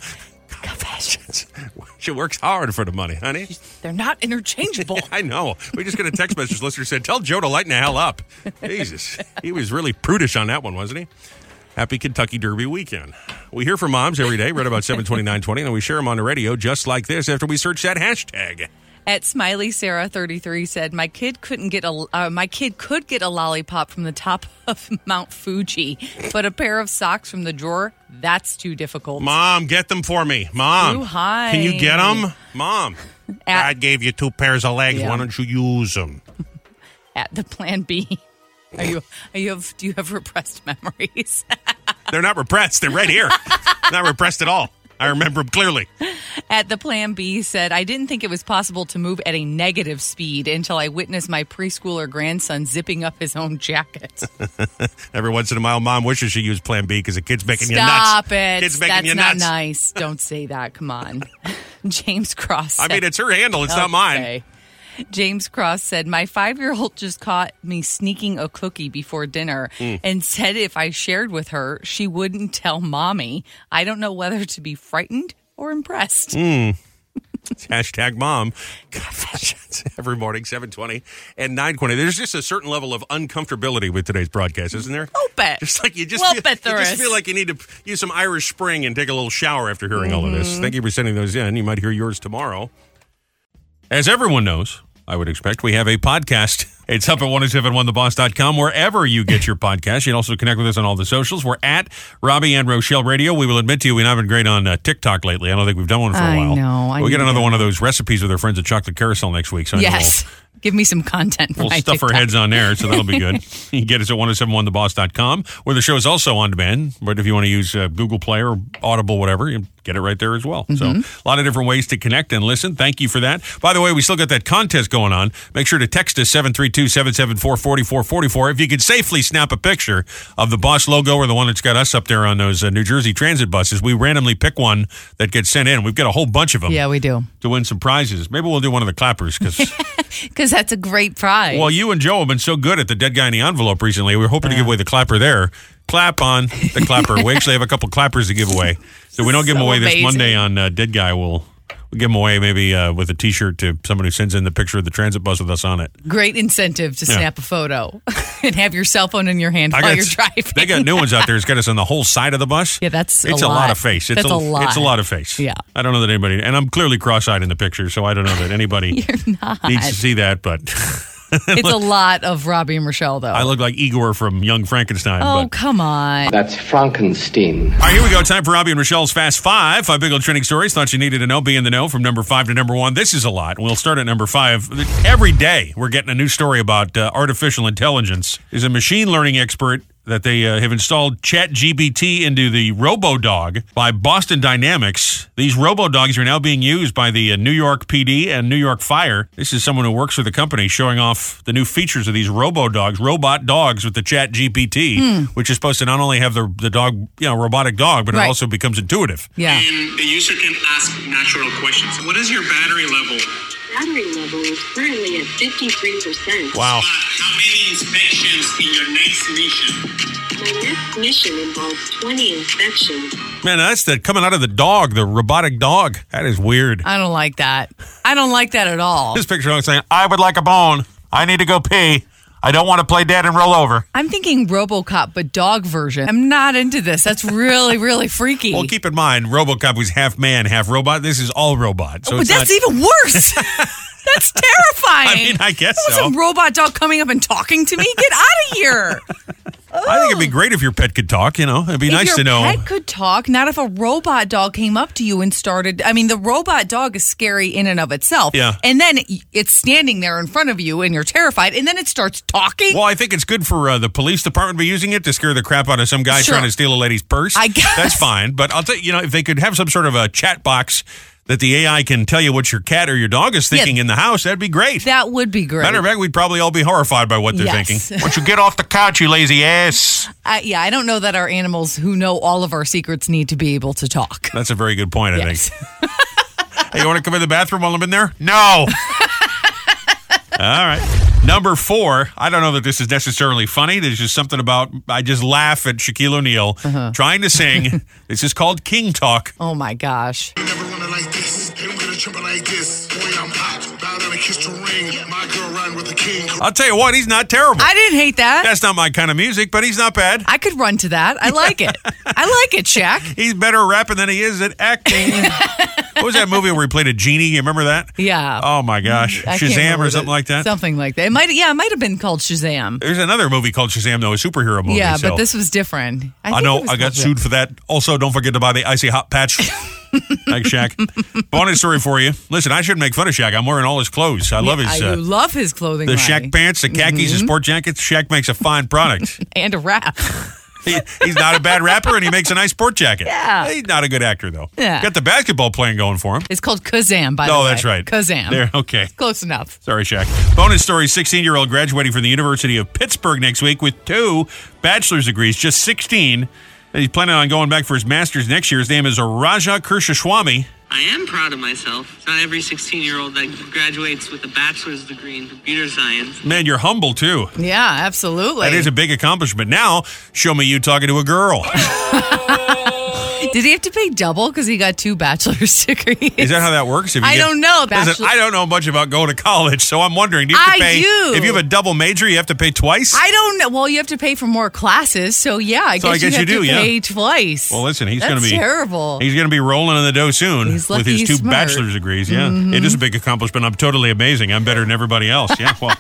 [SPEAKER 1] She works hard for the money, honey.
[SPEAKER 2] They're not interchangeable.
[SPEAKER 1] I know. We just got a text message. Listener said, "Tell Joe to lighten the hell up." Jesus, he was really prudish on that one, wasn't he? Happy Kentucky Derby weekend. We hear from moms every day, right about seven twenty nine twenty, and then we share them on the radio, just like this. After we search that hashtag,
[SPEAKER 2] At Smiley Sarah 33 said, "My kid couldn't get a uh, my kid could get a lollipop from the top of Mount Fuji, but a pair of socks from the drawer, that's too difficult."
[SPEAKER 1] mom, get them for me, mom.
[SPEAKER 2] Too high.
[SPEAKER 1] Can you get them, mom?
[SPEAKER 2] At-
[SPEAKER 1] God gave you two pairs of legs.
[SPEAKER 2] Yeah.
[SPEAKER 1] Why don't you use them?
[SPEAKER 2] At the Plan B. Are you are you have do you have repressed memories?
[SPEAKER 1] They're not repressed. They're right here. not repressed at all. I remember them clearly.
[SPEAKER 2] At the Plan B said, I didn't think it was possible to move at a negative speed until I witnessed my preschooler grandson zipping up his own jacket.
[SPEAKER 1] Every once in a while, mom wishes she used Plan B because the kid's making you nuts.
[SPEAKER 2] Stop it.
[SPEAKER 1] Kid's making
[SPEAKER 2] That's
[SPEAKER 1] you
[SPEAKER 2] not
[SPEAKER 1] nuts.
[SPEAKER 2] nice. Don't say that. Come on. James Cross.
[SPEAKER 1] I
[SPEAKER 2] said-
[SPEAKER 1] mean, it's her handle. It's not mine.
[SPEAKER 2] Okay. James Cross said, My five year old just caught me sneaking a cookie before dinner
[SPEAKER 1] Hmm.
[SPEAKER 2] and said if I shared with her, she wouldn't tell mommy. I don't know whether to be frightened or impressed.
[SPEAKER 1] Hmm. It's hashtag mom. Confessions every morning, 720 and 920. There's just a certain level of uncomfortability with today's broadcast, isn't there?
[SPEAKER 2] Little bit.
[SPEAKER 1] Just like you just, feel,
[SPEAKER 2] Little bit
[SPEAKER 1] you
[SPEAKER 2] there
[SPEAKER 1] just
[SPEAKER 2] is.
[SPEAKER 1] feel like you need to use some Irish Spring and take a little shower after hearing all of this.
[SPEAKER 2] Mm-hmm.
[SPEAKER 1] Thank you for sending those in. You might hear yours tomorrow. As everyone knows, I would expect, we have a podcast. It's up at 1071theboss.com, wherever you get your podcast. You can also connect with us on all the socials. We're at Robbie and Rochelle Radio. We will admit to you, we haven't been great on uh, TikTok lately. I don't think we've done one for a
[SPEAKER 2] I
[SPEAKER 1] while.
[SPEAKER 2] know. I
[SPEAKER 1] we get
[SPEAKER 2] need
[SPEAKER 1] another
[SPEAKER 2] to-
[SPEAKER 1] one of those recipes with our friends at Chocolate Carousel next week. So I know
[SPEAKER 2] Yes. Give me some content for
[SPEAKER 1] We'll,
[SPEAKER 2] my
[SPEAKER 1] we'll stuff
[SPEAKER 2] TikTok.
[SPEAKER 1] our heads on there, so that'll be good. you can get us at 1071theboss.com, where the show is also on demand. But if you want to use uh, Google Play or Audible, whatever, you get it right there as well. So, a lot of different ways to connect and listen. Thank you for that. By the way, we still got that contest going on. Make sure to text us 732 774 4444 if you could safely snap a picture of the boss logo or the one that's got us up there on those uh, New Jersey transit buses. We randomly pick one that gets sent in. We've got a whole bunch of them
[SPEAKER 2] Yeah, we do.
[SPEAKER 1] to win some prizes. Maybe we'll do one of the clappers because.
[SPEAKER 2] Because that's a great prize.
[SPEAKER 1] Well, you and Joe have been so good at the dead guy in the envelope recently. We were hoping to give away the clapper there. Clap on the clapper. we actually have a couple clappers to give away, so we don't give them
[SPEAKER 2] So
[SPEAKER 1] away this
[SPEAKER 2] amazing.
[SPEAKER 1] Monday on uh, Dead Guy. We'll, we'll give them away maybe uh, with a T-shirt to someone who sends in the picture of the transit bus with us on it.
[SPEAKER 2] great incentive to snap a photo and have your cell phone in your hand while you're driving.
[SPEAKER 1] They got new ones out there. It's got us on the whole side of the bus.
[SPEAKER 2] Yeah, that's a
[SPEAKER 1] it's a lot,
[SPEAKER 2] lot.
[SPEAKER 1] of face. It's
[SPEAKER 2] That's a lot.
[SPEAKER 1] It's a lot of face.
[SPEAKER 2] Yeah.
[SPEAKER 1] I don't know that anybody, and I'm clearly cross-eyed in the picture, so I don't know that anybody needs to see that. But
[SPEAKER 2] It's a lot of Robbie and Rochelle, though.
[SPEAKER 1] I look like Igor from Young Frankenstein.
[SPEAKER 2] oh,
[SPEAKER 1] but.
[SPEAKER 2] come on.
[SPEAKER 8] That's Frankenstein.
[SPEAKER 1] All right, here we go. Time for Robbie and Rochelle's Fast Five. Five big old trending stories. Thought you needed to know. Be in the know from number five to number one. This is a lot. We'll start at number five. Every day, we're getting a new story about uh, artificial intelligence. Is a machine learning expert that they uh, have installed ChatGPT into the RoboDog by Boston Dynamics. These RoboDogs are now being used by the uh, New York PD and New York Fire. This is someone who works for the company showing off the new features of these RoboDogs, robot dogs with the ChatGPT,
[SPEAKER 2] Hmm.
[SPEAKER 1] which is supposed to not only have the the dog, you know, robotic dog, but it
[SPEAKER 2] Right.
[SPEAKER 1] also becomes intuitive.
[SPEAKER 2] Yeah.
[SPEAKER 9] And the user can ask natural questions. What is your battery level?
[SPEAKER 5] Battery level is currently at 53%.
[SPEAKER 1] Wow.
[SPEAKER 9] how many inspections in your next mission?
[SPEAKER 5] My next mission involves 20 inspections.
[SPEAKER 1] Man, that's the coming out of the dog, the robotic dog. That is weird.
[SPEAKER 2] I don't like that. I don't like that at all.
[SPEAKER 1] This picture looks saying, I would like a bone. I need to go pee. I don't want to play dead and roll over.
[SPEAKER 2] I'm thinking RoboCop, but dog version. I'm not into this. That's really, really freaky.
[SPEAKER 1] Well, keep in mind, RoboCop was half man, half robot. This is all robot. So
[SPEAKER 2] but
[SPEAKER 1] it's
[SPEAKER 2] Oh, that's
[SPEAKER 1] not,
[SPEAKER 2] even worse. that's terrifying.
[SPEAKER 1] I mean, I guess
[SPEAKER 2] That was
[SPEAKER 1] so.
[SPEAKER 2] a robot dog coming up and talking to me. Get out of here.
[SPEAKER 1] I think it'd be great if your pet could talk. You know, it'd be
[SPEAKER 2] If
[SPEAKER 1] nice
[SPEAKER 2] your
[SPEAKER 1] to know.
[SPEAKER 2] Pet could talk. Not if a robot dog came up to you and started. I mean, the robot dog is scary in and of itself.
[SPEAKER 1] Yeah.
[SPEAKER 2] And then it's standing there in front of you, and you're terrified. And then it starts talking.
[SPEAKER 1] well, I think it's good for uh, the police department to be using it to scare the crap out of some guy
[SPEAKER 2] Sure.
[SPEAKER 1] trying to steal a lady's purse.
[SPEAKER 2] I guess.
[SPEAKER 1] that's fine. But I'll tell you, you know, if they could have some sort of a chat box that the AI can tell you what your cat or your dog is thinking in the house, that'd be great.
[SPEAKER 2] That would be great.
[SPEAKER 1] Matter of fact, we'd probably all be horrified by what they're
[SPEAKER 2] Yes.
[SPEAKER 1] thinking. Why don't you get off the couch, you lazy ass?
[SPEAKER 2] I, yeah, I don't know that our animals who know all of our secrets need to be able to talk.
[SPEAKER 1] That's a very good point, I
[SPEAKER 2] Yes.
[SPEAKER 1] think. hey, you want to come in the bathroom while I'm in there? No. All right. Number four, I don't know that this is necessarily funny. There's just something about, I just laugh at Shaquille O'Neal
[SPEAKER 2] Uh-huh.
[SPEAKER 1] trying to sing. this is called King Talk.
[SPEAKER 2] Oh my gosh.
[SPEAKER 9] Never run it like this. Hey, we're gonna jump it like this. Boy, I'm hot. Bow down and kiss the ring. My girl riding with the king.
[SPEAKER 1] I'll tell you what, he's not terrible.
[SPEAKER 2] I didn't hate that.
[SPEAKER 1] That's not my kind of music, but he's not bad.
[SPEAKER 2] I could run to that. I like it. I like it, Shaq.
[SPEAKER 1] He's better rapping than he is at acting. what was that movie where he played a genie? You remember that?
[SPEAKER 2] Yeah.
[SPEAKER 1] Oh my gosh.
[SPEAKER 2] I can't
[SPEAKER 1] Shazam
[SPEAKER 2] remember
[SPEAKER 1] or
[SPEAKER 2] the-
[SPEAKER 1] something like that.
[SPEAKER 2] Something like that. It might yeah, it might have been called Shazam.
[SPEAKER 1] There's another movie called Shazam, though, a superhero movie.
[SPEAKER 2] yeah,
[SPEAKER 1] so-
[SPEAKER 2] but this was different.
[SPEAKER 1] I,
[SPEAKER 2] think
[SPEAKER 1] know
[SPEAKER 2] it was
[SPEAKER 1] I got
[SPEAKER 2] called
[SPEAKER 1] sued for that. Also, don't forget to buy the icy hot patch. Thanks, Shaq. Bonus story for you. Listen, I shouldn't make fun of Shaq. I'm wearing all his clothes. I love
[SPEAKER 2] Shazam.
[SPEAKER 1] his
[SPEAKER 2] I
[SPEAKER 1] uh,
[SPEAKER 2] love Mm-hmm. his clothing.
[SPEAKER 1] the
[SPEAKER 2] line.
[SPEAKER 1] Shaq pants, the khakis, the sport jackets. Shaq makes a fine product.
[SPEAKER 2] and a wrap.
[SPEAKER 1] he, he's not a bad rapper, and he makes a nice sport jacket.
[SPEAKER 2] Yeah.
[SPEAKER 1] he's not a good actor though.
[SPEAKER 2] Yeah.
[SPEAKER 1] got the basketball playing going for him.
[SPEAKER 2] It's called Kazam, by the way.
[SPEAKER 1] No, that's right.
[SPEAKER 2] Kazam.
[SPEAKER 1] There, okay.
[SPEAKER 2] Close enough.
[SPEAKER 1] Sorry, Shaq. Bonus story 16 year old graduating from the University of Pittsburgh next week with two bachelor's degrees, just 16. And he's planning on going back for his master's next year. His name is Raja Kirshaswamy.
[SPEAKER 10] I am proud of myself. It's not every 16 year old that graduates with a bachelor's degree in computer science.
[SPEAKER 1] Man, you're humble too.
[SPEAKER 2] Yeah, absolutely.
[SPEAKER 1] That is a big accomplishment. Now, show me you talking to a girl.
[SPEAKER 2] Did he have to pay double because he got two bachelor's degrees?
[SPEAKER 1] Is that how that works? If
[SPEAKER 2] I don't know.
[SPEAKER 1] Listen,
[SPEAKER 2] Bachelor-
[SPEAKER 1] I don't know much about going to college, so I'm wondering. Do you have to
[SPEAKER 2] I
[SPEAKER 1] pay?
[SPEAKER 2] do.
[SPEAKER 1] If you have a double major, you have to pay twice.
[SPEAKER 2] I don't know. Well, you have to pay for more classes, so yeah, I,
[SPEAKER 1] So
[SPEAKER 2] guess,
[SPEAKER 1] I guess
[SPEAKER 2] you,
[SPEAKER 1] you
[SPEAKER 2] have
[SPEAKER 1] do,
[SPEAKER 2] To
[SPEAKER 1] yeah.
[SPEAKER 2] pay twice.
[SPEAKER 1] Well, listen, he's
[SPEAKER 2] That's
[SPEAKER 1] going to be
[SPEAKER 2] terrible.
[SPEAKER 1] He's going to be rolling in the dough soon
[SPEAKER 2] He's
[SPEAKER 1] with
[SPEAKER 2] lucky
[SPEAKER 1] his
[SPEAKER 2] he's
[SPEAKER 1] two
[SPEAKER 2] smart. Mm-hmm.
[SPEAKER 1] bachelor's degrees. Yeah, It is a big accomplishment. I'm totally amazing. I'm better than everybody else. Yeah, well.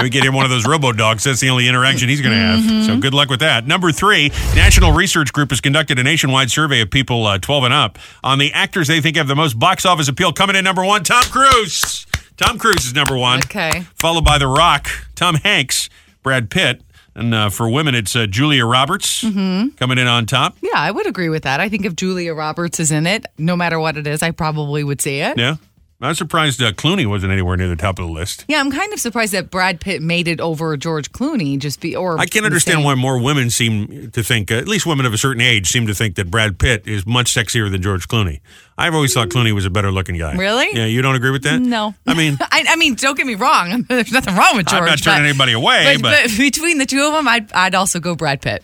[SPEAKER 1] We get him one of those robo dogs. That's the only interaction he's going to have. So
[SPEAKER 2] Mm-hmm.
[SPEAKER 1] good luck with that. Number three, National Research Group has conducted a nationwide survey of people uh, 12 and up on the actors they think have the most box office appeal. Coming in number one, Tom Cruise. Tom Cruise is number one.
[SPEAKER 2] Okay.
[SPEAKER 1] Followed by The Rock, Tom Hanks, Brad Pitt. And uh, for women, it's uh, Julia Roberts
[SPEAKER 2] Mm-hmm.
[SPEAKER 1] coming in on top.
[SPEAKER 2] yeah, I would agree with that. I think if Julia Roberts is in it, no matter what it is, I probably would see it.
[SPEAKER 1] Yeah. I'm surprised uh, Clooney wasn't anywhere near the top of the list.
[SPEAKER 2] Yeah, I'm kind of surprised that Brad Pitt made it over George Clooney. Just be or
[SPEAKER 1] I can't understand
[SPEAKER 2] insane.
[SPEAKER 1] why more women seem to think, uh, at least women of a certain age, seem to think that Brad Pitt is much sexier than George Clooney. I've always thought Clooney was a better looking guy.
[SPEAKER 2] Really?
[SPEAKER 1] Yeah, you don't agree with that?
[SPEAKER 2] No,
[SPEAKER 1] I mean,
[SPEAKER 2] I, I mean, don't get me wrong. There's nothing wrong with George.
[SPEAKER 1] I'm not turning
[SPEAKER 2] but-
[SPEAKER 1] anybody away,
[SPEAKER 2] but,
[SPEAKER 1] but,
[SPEAKER 2] but between the two of them, I'd, I'd also go Brad Pitt.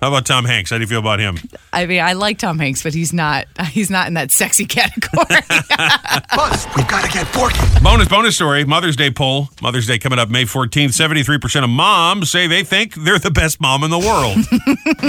[SPEAKER 1] How about Tom Hanks? How do you feel about him?
[SPEAKER 2] I mean, I like Tom Hanks, but he's not he's not in that sexy category.
[SPEAKER 9] Buzz, we've got to get Forky.
[SPEAKER 1] Bonus, bonus story. Mother's Day poll. Mother's Day coming up May 14th. 73% of moms say they think they're the best mom in the world.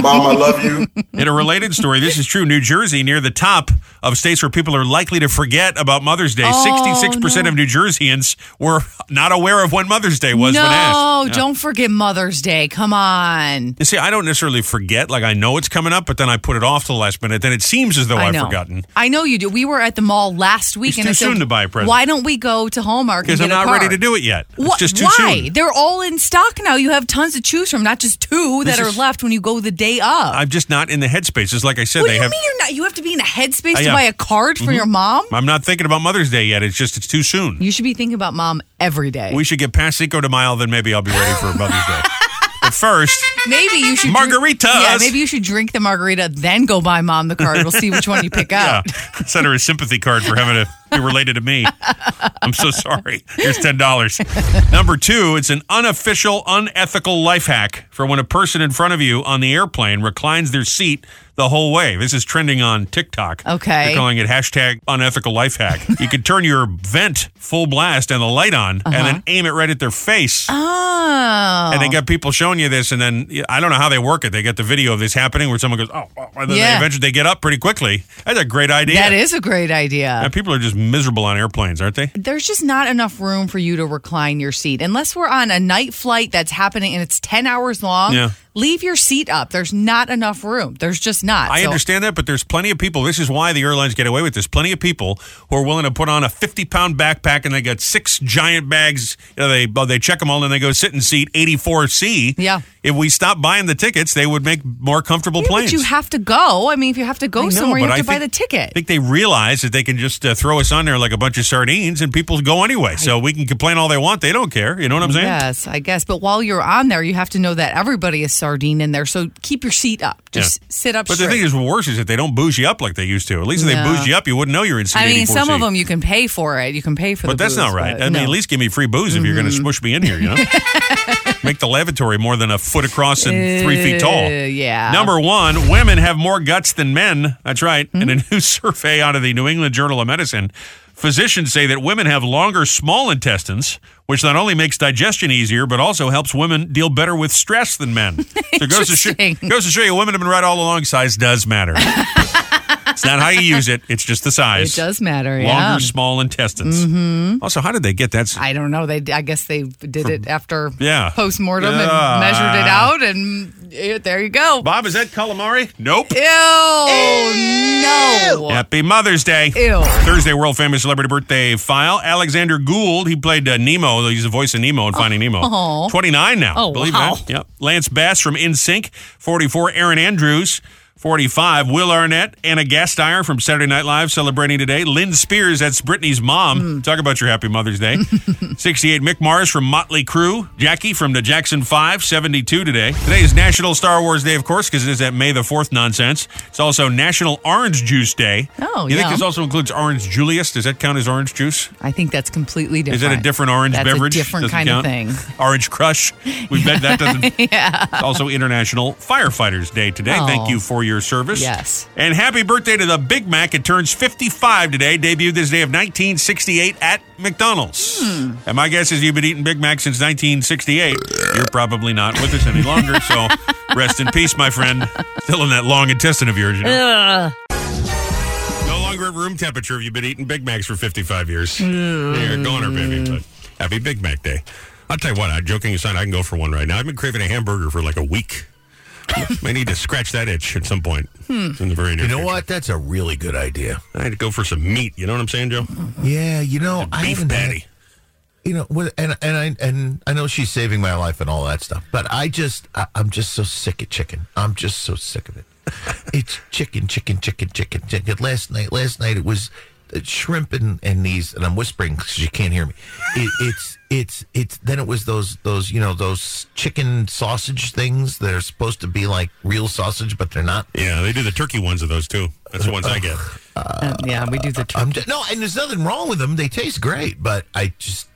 [SPEAKER 9] Mom, I love you.
[SPEAKER 1] in a related story, this is true. New Jersey, near the top of states where people are likely to forget about Mother's Day.
[SPEAKER 2] Oh,
[SPEAKER 1] 66% of New Jerseyans were not aware of when Mother's Day was when asked.
[SPEAKER 2] no, don't forget Mother's Day. Come on.
[SPEAKER 1] You see, I don't necessarily forget. Like, I know it's coming up, but then I put it off to the last minute. Then it seems as though
[SPEAKER 2] I
[SPEAKER 1] Oh, I've
[SPEAKER 2] know.
[SPEAKER 1] forgotten.
[SPEAKER 2] I know you do. We were at the mall last
[SPEAKER 1] It's
[SPEAKER 2] week, and
[SPEAKER 1] too
[SPEAKER 2] I said,
[SPEAKER 1] soon to buy a present.
[SPEAKER 2] Why don't we go to Hallmark?
[SPEAKER 1] Because
[SPEAKER 2] and
[SPEAKER 1] I'm
[SPEAKER 2] get a
[SPEAKER 1] not ready
[SPEAKER 2] card?"
[SPEAKER 1] to do it yet.
[SPEAKER 2] Wha-
[SPEAKER 1] It's just too
[SPEAKER 2] why?
[SPEAKER 1] soon.
[SPEAKER 2] They're all in stock now. You have tons to choose from, not just two that
[SPEAKER 1] This
[SPEAKER 2] are
[SPEAKER 1] is-
[SPEAKER 2] left when you go the day of.
[SPEAKER 1] I'm just not in the headspace. It's like I said,
[SPEAKER 2] what do
[SPEAKER 1] they
[SPEAKER 2] you
[SPEAKER 1] have.
[SPEAKER 2] mean you're not? You have to be in a headspace
[SPEAKER 1] I
[SPEAKER 2] to
[SPEAKER 1] am. Mm-hmm.
[SPEAKER 2] buy a card for your mom.
[SPEAKER 1] I'm not thinking about Mother's Day yet. It's just it's too soon.
[SPEAKER 2] You should be thinking about mom every day.
[SPEAKER 1] We should get past Cinco de Mayo, then maybe I'll be ready for Mother's Day. But first,
[SPEAKER 2] maybe you should drink-
[SPEAKER 1] Margaritas!
[SPEAKER 2] yeah, maybe you should drink the margarita, then go buy mom the card. We'll see which one you pick
[SPEAKER 1] yeah,
[SPEAKER 2] out.
[SPEAKER 1] send her a sympathy card for having to be related to me. I'm so sorry. Here's ten dollars. Number two, it's an unofficial, unethical life hack for when a person in front of you on the airplane reclines their seat the whole way. This is trending on TikTok.
[SPEAKER 2] Okay.
[SPEAKER 1] They're calling it hashtag unethical life hack. you could turn your vent full blast and the light on, and then aim it right at their face.
[SPEAKER 2] Uh-huh. Oh,
[SPEAKER 1] and they got people showing you this, and then yeah, I don't know how they work it. They get the video of this happening where someone goes, "Oh," oh," and then they
[SPEAKER 2] Yeah.
[SPEAKER 1] eventually they get up pretty quickly. That's a great idea.
[SPEAKER 2] Oh, that is a great idea.
[SPEAKER 1] And people are just miserable on airplanes, aren't they?
[SPEAKER 2] There's just not enough room for you to recline your seat unless we're on a night flight that's happening and it's ten hours long.
[SPEAKER 1] Yeah.
[SPEAKER 2] Leave your seat up. There's not enough room. There's just not.
[SPEAKER 1] I
[SPEAKER 2] So-
[SPEAKER 1] understand that, but there's plenty of people. This is why the airlines get away with this. Plenty of people who are willing to put on a 50 pound backpack and they got six giant bags. You know, they well, they check them all and they go sit in seat 84C.
[SPEAKER 2] Yeah.
[SPEAKER 1] If we stop buying the tickets, they would make more comfortable
[SPEAKER 2] Yeah,
[SPEAKER 1] planes.
[SPEAKER 2] But you have to go. I mean, if you have to go
[SPEAKER 1] I know,
[SPEAKER 2] somewhere, you
[SPEAKER 1] but
[SPEAKER 2] have to
[SPEAKER 1] I
[SPEAKER 2] buy the
[SPEAKER 1] think-
[SPEAKER 2] ticket.
[SPEAKER 1] I think they realize that they can just uh, throw us on there like a bunch of sardines and people go anyway. So we can complain all they want. They don't care. You know what I'm saying?
[SPEAKER 2] Yes, I guess. But while you're on there, you have to know that everybody is sardine in there. So keep your seat up. Just
[SPEAKER 1] Yeah.
[SPEAKER 2] sit up
[SPEAKER 1] But
[SPEAKER 2] straight.
[SPEAKER 1] the thing is, worse is that they don't bougie up like they used to. At least if they
[SPEAKER 2] No.
[SPEAKER 1] bougie you up, you wouldn't know you're in seat
[SPEAKER 2] I mean, some
[SPEAKER 1] 84C.
[SPEAKER 2] of them you can pay for it. You can pay for the
[SPEAKER 1] But that's not
[SPEAKER 2] booze,
[SPEAKER 1] right.
[SPEAKER 2] but
[SPEAKER 1] I mean,
[SPEAKER 2] no. Mm-hmm.
[SPEAKER 1] at least give me free booze if you're going to smush me in here, you know? Make the lavatory more than a foot across and three feet tall.
[SPEAKER 2] Uh, yeah.
[SPEAKER 1] Number one, women have more guts than men. That's right. In a
[SPEAKER 2] Hmm?
[SPEAKER 1] new survey out of the New England Journal of Medicine, physicians say that women have longer small intestines, which not only makes digestion easier, but also helps women deal better with stress than men. So it goes to show,
[SPEAKER 2] Interesting.
[SPEAKER 1] goes to show you, women have been right all along. Size does matter. it's not how you use it; it's just the size.
[SPEAKER 2] it does matter.
[SPEAKER 1] Longer
[SPEAKER 2] Yeah.
[SPEAKER 1] small intestines. Mm-hmm. Also, how did they get that? s-
[SPEAKER 2] I don't know. They, I guess they did it after
[SPEAKER 1] Yeah.
[SPEAKER 2] post mortem and
[SPEAKER 1] Yeah.
[SPEAKER 2] measured it out, and eh, there you go.
[SPEAKER 1] Bob, is that calamari? Nope.
[SPEAKER 2] Ew, no.
[SPEAKER 1] Happy Mother's Day.
[SPEAKER 2] Ew.
[SPEAKER 1] Thursday, world famous celebrity birthday file. Alexander Gould, he played uh, Nemo. He's the voice of Nemo in Finding Nemo.
[SPEAKER 2] Oh.
[SPEAKER 1] 29 now.
[SPEAKER 2] Oh,
[SPEAKER 1] believe
[SPEAKER 2] wow.
[SPEAKER 1] that. Yep. Lance Bass from InSync, 44. Aaron Andrews, 45. Will Arnett, Anna Gasteyer from Saturday Night Live celebrating today. Lynn Spears, that's Britney's
[SPEAKER 2] Hmm.
[SPEAKER 1] mom. Talk about your happy Mother's Day. 68. Mick Mars from Motley Crue. Jackie from the Jackson 5, 72 today. Today is National Star Wars Day, of course, because it is that May the 4th nonsense. It's also National Orange Juice Day.
[SPEAKER 2] Oh,
[SPEAKER 1] You think
[SPEAKER 2] yeah.
[SPEAKER 1] this also includes orange Julius? Does that count as orange juice?
[SPEAKER 2] I think that's completely different.
[SPEAKER 1] Is that a different orange
[SPEAKER 2] That's a
[SPEAKER 1] beverage?
[SPEAKER 2] different
[SPEAKER 1] Doesn't
[SPEAKER 2] kind of
[SPEAKER 1] count.
[SPEAKER 2] thing.
[SPEAKER 1] Orange Crush. We bet that doesn't. It's also International Firefighters Day today.
[SPEAKER 2] Oh.
[SPEAKER 1] Thank you for your service.
[SPEAKER 2] Yes.
[SPEAKER 1] And happy birthday to the Big Mac. It turns 55 today. Debuted this day of 1968 at McDonald's.
[SPEAKER 2] Hmm.
[SPEAKER 1] And my guess is you've been eating Big Mac since 1968. You're probably not with us any longer. So rest in peace, my friend. Still in that long intestine of yours. You know?
[SPEAKER 2] Ugh.
[SPEAKER 1] No longer at room temperature if you've been eating Big Macs for 55 years. You're a goner,
[SPEAKER 2] Mm.
[SPEAKER 1] baby. But happy Big Mac Day. I'll tell you what, uh, joking aside, I can go for one right now. I've been craving a hamburger for like a week. I need to scratch that itch at some point
[SPEAKER 2] Hmm.
[SPEAKER 1] in the very near
[SPEAKER 3] You know
[SPEAKER 1] future.
[SPEAKER 3] what? That's a really good idea.
[SPEAKER 1] I need to go for some meat. You know what I'm saying, Joe?
[SPEAKER 2] Mm-hmm.
[SPEAKER 3] Yeah, you know, I
[SPEAKER 1] Beef
[SPEAKER 3] haven't had-
[SPEAKER 1] patty.
[SPEAKER 3] you know, what- and and I and I know she's saving my life and all that stuff, but I just I, I'm just so sick of chicken. I'm just so sick of it. it's chicken, chicken, chicken, chicken, chicken. Last night, last night it was uh, shrimp and and these, and I'm whispering because you can't hear me. It, it's it's it's then it was those those you know those chicken sausage things that are supposed to be like real sausage, but they're not.
[SPEAKER 1] Yeah, they do the turkey ones of those too. That's the ones I get. Uh,
[SPEAKER 2] Um, yeah, we do the. Tr-
[SPEAKER 3] I'm just, no, and there's nothing wrong with them. They taste great, but I just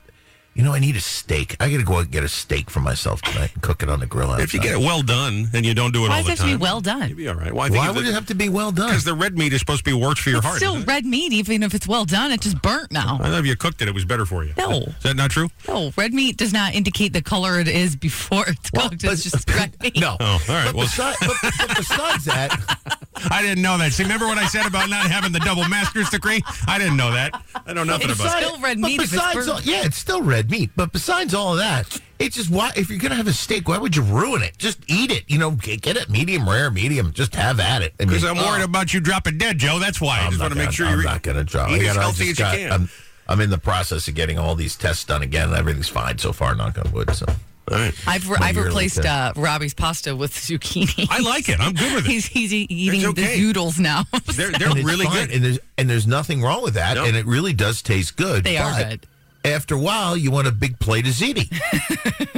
[SPEAKER 3] you know, I need a steak. I got to go out and get a steak for myself tonight and cook it on the grill. Outside.
[SPEAKER 1] If you get it well done and you don't do it
[SPEAKER 2] Why
[SPEAKER 1] all
[SPEAKER 2] does
[SPEAKER 1] the
[SPEAKER 2] it have to
[SPEAKER 1] time,
[SPEAKER 2] be well done?
[SPEAKER 1] you'll be all right. Well, I think
[SPEAKER 3] why
[SPEAKER 1] if
[SPEAKER 3] would
[SPEAKER 1] the-
[SPEAKER 3] it have to be well done?
[SPEAKER 1] Because the red meat is supposed to be worked for your
[SPEAKER 2] It's
[SPEAKER 1] heart.
[SPEAKER 2] still
[SPEAKER 1] isn't it?
[SPEAKER 2] red meat, even if it's well done. It just burnt now.
[SPEAKER 1] I know if you cooked it, it was better for you.
[SPEAKER 2] No.
[SPEAKER 1] Is that not true?
[SPEAKER 2] No, red meat does not indicate the color it is before it's
[SPEAKER 3] Well,
[SPEAKER 2] cooked.
[SPEAKER 3] but-
[SPEAKER 2] it's just red meat.
[SPEAKER 3] No.
[SPEAKER 1] Oh, all right.
[SPEAKER 3] But,
[SPEAKER 1] Well-
[SPEAKER 3] besides, but, but besides that,
[SPEAKER 1] I didn't know that. See, remember what I said about not having the double master's degree? I didn't know that. I know nothing
[SPEAKER 2] It's
[SPEAKER 1] about it.
[SPEAKER 2] still red
[SPEAKER 3] but
[SPEAKER 2] meat if it's
[SPEAKER 3] Besides,
[SPEAKER 2] burnt.
[SPEAKER 3] all, yeah, it's still red meat. But besides all of that, it's just why if you're gonna have a steak, why would you ruin it? Just eat it. You know, get, get it medium rare, medium. Just have at it. I mean,
[SPEAKER 1] Because I'm worried
[SPEAKER 3] oh,
[SPEAKER 1] about you dropping dead, Joe. That's why. I
[SPEAKER 3] I'm
[SPEAKER 1] just
[SPEAKER 3] not
[SPEAKER 1] want to
[SPEAKER 3] gonna-
[SPEAKER 1] make sure
[SPEAKER 3] I'm
[SPEAKER 1] you're
[SPEAKER 3] not gonna try.
[SPEAKER 1] eat
[SPEAKER 3] I
[SPEAKER 1] as
[SPEAKER 3] gotta- I
[SPEAKER 1] healthy
[SPEAKER 3] just
[SPEAKER 1] as you
[SPEAKER 3] got-
[SPEAKER 1] can.
[SPEAKER 3] I'm, I'm in the process of getting all these tests done again. Everything's fine so far. Knock on wood. So
[SPEAKER 1] All right.
[SPEAKER 2] I've,
[SPEAKER 3] My
[SPEAKER 2] I've
[SPEAKER 3] yearly
[SPEAKER 2] replaced
[SPEAKER 3] thing.
[SPEAKER 2] uh, Robbie's pasta with zucchini.
[SPEAKER 1] I like it. I'm good with it.
[SPEAKER 2] he's he's e- eating
[SPEAKER 1] okay.
[SPEAKER 2] the noodles now.
[SPEAKER 1] They're, they're
[SPEAKER 3] And it's
[SPEAKER 1] really
[SPEAKER 3] fine,
[SPEAKER 1] good.
[SPEAKER 3] and there's and there's nothing wrong with that.
[SPEAKER 1] No.
[SPEAKER 3] And it really does taste good.
[SPEAKER 2] They are
[SPEAKER 3] but
[SPEAKER 2] good.
[SPEAKER 3] After a while, you want a big plate of ziti.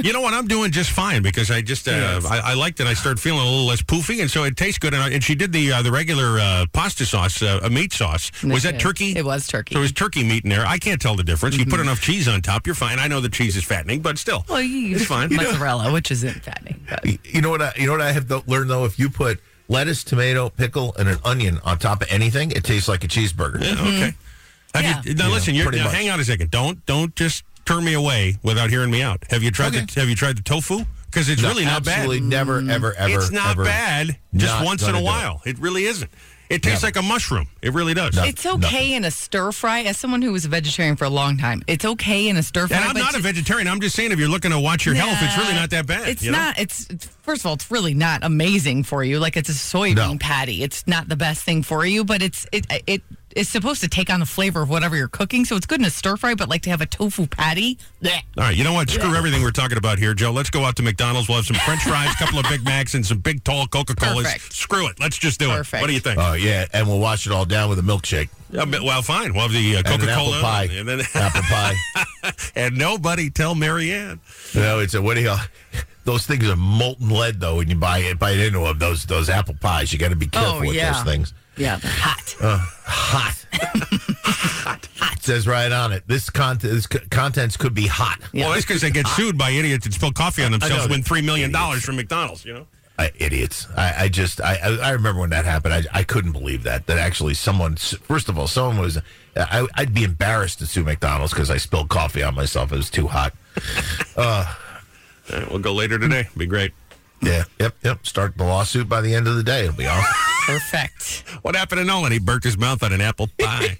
[SPEAKER 1] You know what? I'm doing just fine because I just uh, I, I liked it. I started feeling a little less poofy, and so it tastes good. And, I, and she did the uh, the regular uh, pasta sauce, uh, a meat sauce. was that
[SPEAKER 2] Yeah.
[SPEAKER 1] turkey?
[SPEAKER 2] It was turkey.
[SPEAKER 1] So it was turkey meat in there. I can't tell the difference. You put enough cheese on top, you're fine. I know the cheese is fattening, but still,
[SPEAKER 2] well, you
[SPEAKER 1] it's fine.
[SPEAKER 2] Mozzarella, which isn't fattening. But.
[SPEAKER 3] you know what? I, you know what I have to learn though. If you put lettuce, tomato, pickle, and an onion on top of anything, it tastes like a cheeseburger.
[SPEAKER 1] Yeah, okay. Have you, now
[SPEAKER 3] Yeah,
[SPEAKER 1] listen, you're,
[SPEAKER 3] pretty
[SPEAKER 1] now
[SPEAKER 3] much.
[SPEAKER 1] hang on a second. Don't don't just turn me away without hearing me out. Have you tried
[SPEAKER 3] Okay.
[SPEAKER 1] the Have you tried the tofu? Because it's
[SPEAKER 3] No,
[SPEAKER 1] really not bad. Mm,
[SPEAKER 3] absolutely never, ever, ever.
[SPEAKER 1] it's not
[SPEAKER 3] ever
[SPEAKER 1] bad. Just
[SPEAKER 3] not
[SPEAKER 1] once in
[SPEAKER 3] gonna
[SPEAKER 1] a
[SPEAKER 3] do it.
[SPEAKER 1] while, it. really isn't. It tastes like a mushroom. It really does.
[SPEAKER 3] No.
[SPEAKER 2] It's okay in a stir fry. As someone who was a vegetarian for a long time, it's okay in a stir fry.
[SPEAKER 1] And I'm
[SPEAKER 2] but
[SPEAKER 1] not a
[SPEAKER 2] to-
[SPEAKER 1] vegetarian. I'm just saying, if you're looking to watch your health, it's really
[SPEAKER 2] Nah,
[SPEAKER 1] not that bad.
[SPEAKER 2] It's
[SPEAKER 1] you know?
[SPEAKER 2] not. It's it's- first of all, it's really not amazing for you. Like it's a soybean
[SPEAKER 3] No.
[SPEAKER 2] patty. It's not the best thing for you, but it's it it is supposed to take on the flavor of whatever you're cooking. So it's good in a stir fry, but like to have a tofu patty. bleh.
[SPEAKER 1] All right, you know what? Screw everything we're talking about here, Joe. Let's go out to McDonald's. We'll have some French fries, a couple of Big Macs, and some big, tall Coca Colas.
[SPEAKER 2] Perfect.
[SPEAKER 1] Screw it. Let's just do it.
[SPEAKER 2] Perfect.
[SPEAKER 1] What do you think?
[SPEAKER 3] Oh yeah, and we'll wash it all down with a milkshake
[SPEAKER 1] Yeah, but- well, fine. We'll have the uh,
[SPEAKER 3] Uh, and
[SPEAKER 1] Coca
[SPEAKER 3] an apple
[SPEAKER 1] Cola
[SPEAKER 3] pie.
[SPEAKER 1] and then
[SPEAKER 3] apple pie.
[SPEAKER 1] and nobody tell Marianne.
[SPEAKER 3] No, it's a what do you? Those things are molten lead though. When you buy it, bite into them, those those apple pies, you got to be careful
[SPEAKER 2] Oh,
[SPEAKER 3] with
[SPEAKER 2] yeah.
[SPEAKER 3] those things.
[SPEAKER 2] Yeah, they're hot.
[SPEAKER 1] Uh.
[SPEAKER 3] Hot. hot. It says right on it. This content, this co- contents could be hot.
[SPEAKER 1] Well, that's because they get sued by idiots that spill coffee on themselves, win three million dollars from McDonald's. You know.
[SPEAKER 3] I, Uh, idiots. I, I just, I, I I remember when that happened. I, I couldn't believe that, that actually someone, first of all, someone was, I, I'd be embarrassed to sue McDonald's because I spilled coffee on myself. It was too hot.
[SPEAKER 1] All right, we'll go later today. Be great.
[SPEAKER 3] Yeah. Yep. Yep. Start the lawsuit by the end of the day. It'll be all.
[SPEAKER 2] Perfect.
[SPEAKER 1] What happened to Nolan? He burnt his mouth on an apple pie.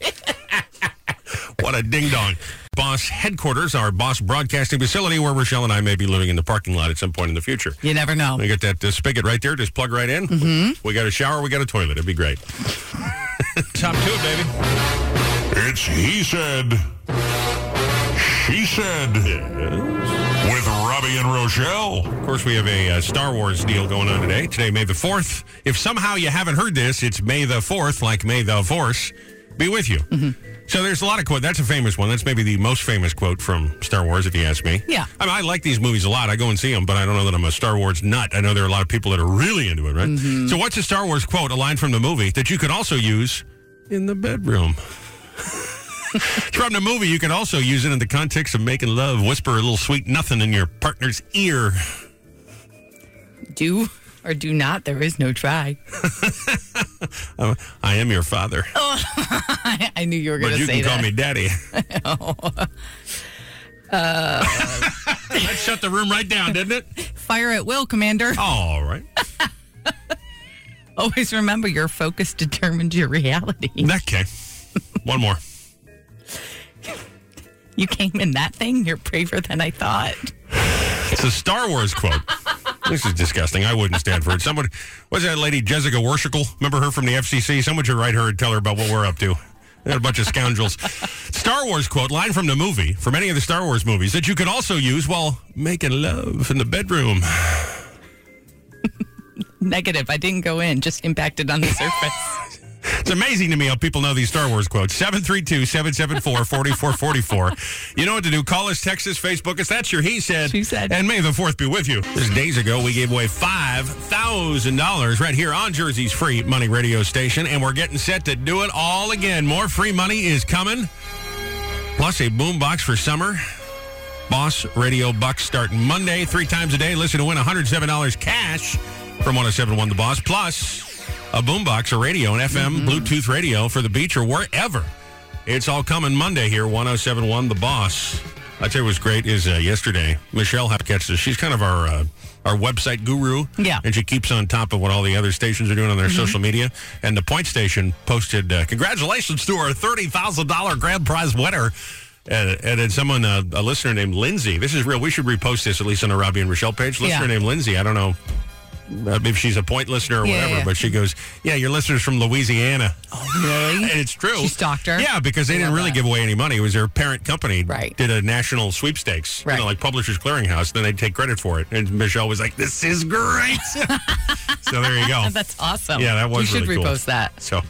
[SPEAKER 1] what a ding dong. Boss headquarters, our boss broadcasting facility where Rochelle and I may be living in the parking lot at some point in the future.
[SPEAKER 2] You never know.
[SPEAKER 1] We got that uh, spigot right there. Just plug right in. Mm-hmm. We got a shower. We got a toilet. It'd be great. Top two, baby.
[SPEAKER 9] It's He Said, She Said with Robbie and Rochelle.
[SPEAKER 1] Of course, we have a uh, Star Wars deal going on today. Today, May the 4th. If somehow you haven't heard this, it's May the 4th, like May the Force be with you. So there's a lot of quote. That's a famous one. That's maybe the most famous quote from Star Wars, if you ask me.
[SPEAKER 2] Yeah.
[SPEAKER 1] I mean, I like these movies a lot. I go and see them, but I don't know that I'm a Star Wars nut. I know there are a lot of people that are really into it, right? So what's a Star Wars quote, a line from the movie, that you could also use in the bedroom? from the movie, you can also use it in the context of making love. Whisper a little sweet nothing in your partner's ear.
[SPEAKER 2] Do or do not. There is no try.
[SPEAKER 1] Uh, I am your father,
[SPEAKER 2] I, I knew you were going
[SPEAKER 1] but you
[SPEAKER 2] to Oh, say
[SPEAKER 1] can call
[SPEAKER 2] that. Oh.
[SPEAKER 1] me daddy. that shut the room right down, didn't it?
[SPEAKER 2] Fire at will, Commander.
[SPEAKER 1] All right.
[SPEAKER 2] Always remember your focus determines your reality.
[SPEAKER 1] Okay. One more.
[SPEAKER 2] You came in that thing. You're braver than I thought.
[SPEAKER 1] It's a Star Wars quote. This is disgusting. I wouldn't stand for it. Someone, was that lady Jessica Worshickle? Remember her from the FCC? Someone should write her and tell her about what we're up to. They're a bunch of scoundrels. Star Wars quote, line from the movie, from any of the Star Wars movies, that you could also use while making love in the bedroom.
[SPEAKER 2] Negative. I didn't go in. Just impacted on the surface.
[SPEAKER 1] It's amazing to me how people know these Star Wars quotes. 732 774 4444. You know what to do. Call us, text us, Facebook us. That's your He Said.
[SPEAKER 2] She Said.
[SPEAKER 1] And may the 4th be with you. Just days ago, we gave away $5,000 right here on Jersey's free money radio station, and we're getting set to do it all again. More free money is coming, plus a boombox for summer. Boss Radio Bucks starting Monday, three times a day. Listen to win $107 cash from 1071 The Boss, plus a boombox, a radio, an FM, Bluetooth radio for the beach or wherever. It's all coming Monday here, 1071 The Boss. I tell you what's great is uh, yesterday, Michelle Hapketz, she's kind of our uh, our website guru.
[SPEAKER 2] Yeah.
[SPEAKER 1] And she keeps on top of what all the other stations are doing on
[SPEAKER 2] Mm-hmm.
[SPEAKER 1] their social media. And the Point Station posted, uh, congratulations to our $30,000 grand prize winner. And, and then someone, uh, a listener named Lindsay, this is real. We should repost this at least on our Robbie and Rochelle page. Listener
[SPEAKER 2] Yeah.
[SPEAKER 1] named Lindsay, I don't know uh, if she's a point listener or
[SPEAKER 2] Yeah,
[SPEAKER 1] whatever,
[SPEAKER 2] yeah. Oh,
[SPEAKER 1] but she goes, Yeah, your listener's from Louisiana.
[SPEAKER 2] Really?
[SPEAKER 1] And it's true.
[SPEAKER 2] She stalked her?
[SPEAKER 1] Yeah, because they didn't
[SPEAKER 2] love
[SPEAKER 1] really
[SPEAKER 2] that.
[SPEAKER 1] give away any money. It was their parent company
[SPEAKER 2] Right.
[SPEAKER 1] did a national sweepstakes, you know,
[SPEAKER 2] Right.
[SPEAKER 1] like Publishers Clearinghouse. Then they'd take credit for it. And Michelle was like, This is great. so there you go.
[SPEAKER 2] That's awesome.
[SPEAKER 1] Yeah, that was
[SPEAKER 2] You should
[SPEAKER 1] really cool.
[SPEAKER 2] repost that.
[SPEAKER 1] So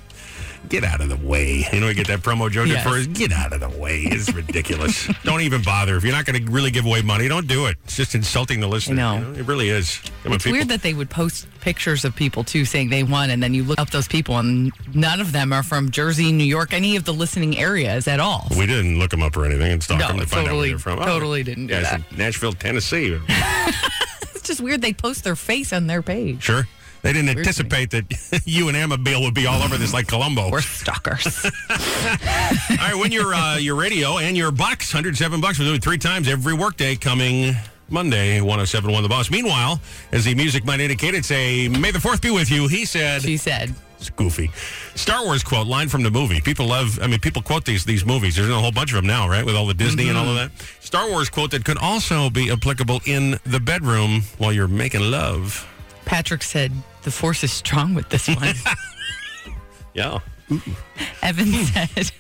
[SPEAKER 1] get out of the way. You know, you get that promo Joe did
[SPEAKER 2] Yes.
[SPEAKER 1] for us. Get out of the way. It's ridiculous. don't even bother. If you're not going to really give away money, don't do it. It's just insulting the listener.
[SPEAKER 2] know.
[SPEAKER 1] you it really is. I mean,
[SPEAKER 2] It's weird that they would post pictures of people too saying they won, and then you look up those people, and none of them are from Jersey, New York, any of the listening areas at all.
[SPEAKER 1] we didn't look them up or anything and stalk
[SPEAKER 2] No,
[SPEAKER 1] them to find out where
[SPEAKER 2] totally-
[SPEAKER 1] they're from. Oh,
[SPEAKER 2] totally didn't do
[SPEAKER 1] yeah, it's in Nashville, Tennessee.
[SPEAKER 2] It's just weird they post their face on their page.
[SPEAKER 1] sure. They didn't
[SPEAKER 2] Weird to me.
[SPEAKER 1] anticipate that you and Amabile would be all over this like Columbo.
[SPEAKER 2] We're stalkers.
[SPEAKER 1] All right, win your uh, your radio and your bucks, hundred seven bucks. We're doing it three times every workday coming Monday, one oh seven one the boss. Meanwhile, as the music might indicate, it's a May the Fourth be with you. He said
[SPEAKER 2] she said.
[SPEAKER 1] it's goofy. Star Wars quote line from the movie. People love. I mean, people quote these these movies. There's a whole bunch of them now, right? With all the Disney and all of
[SPEAKER 2] Mm-hmm.
[SPEAKER 1] that. Star Wars quote that could also be applicable in the bedroom while you're making love.
[SPEAKER 2] Patrick said the force is strong with this one.
[SPEAKER 1] Yeah.
[SPEAKER 2] Evan said,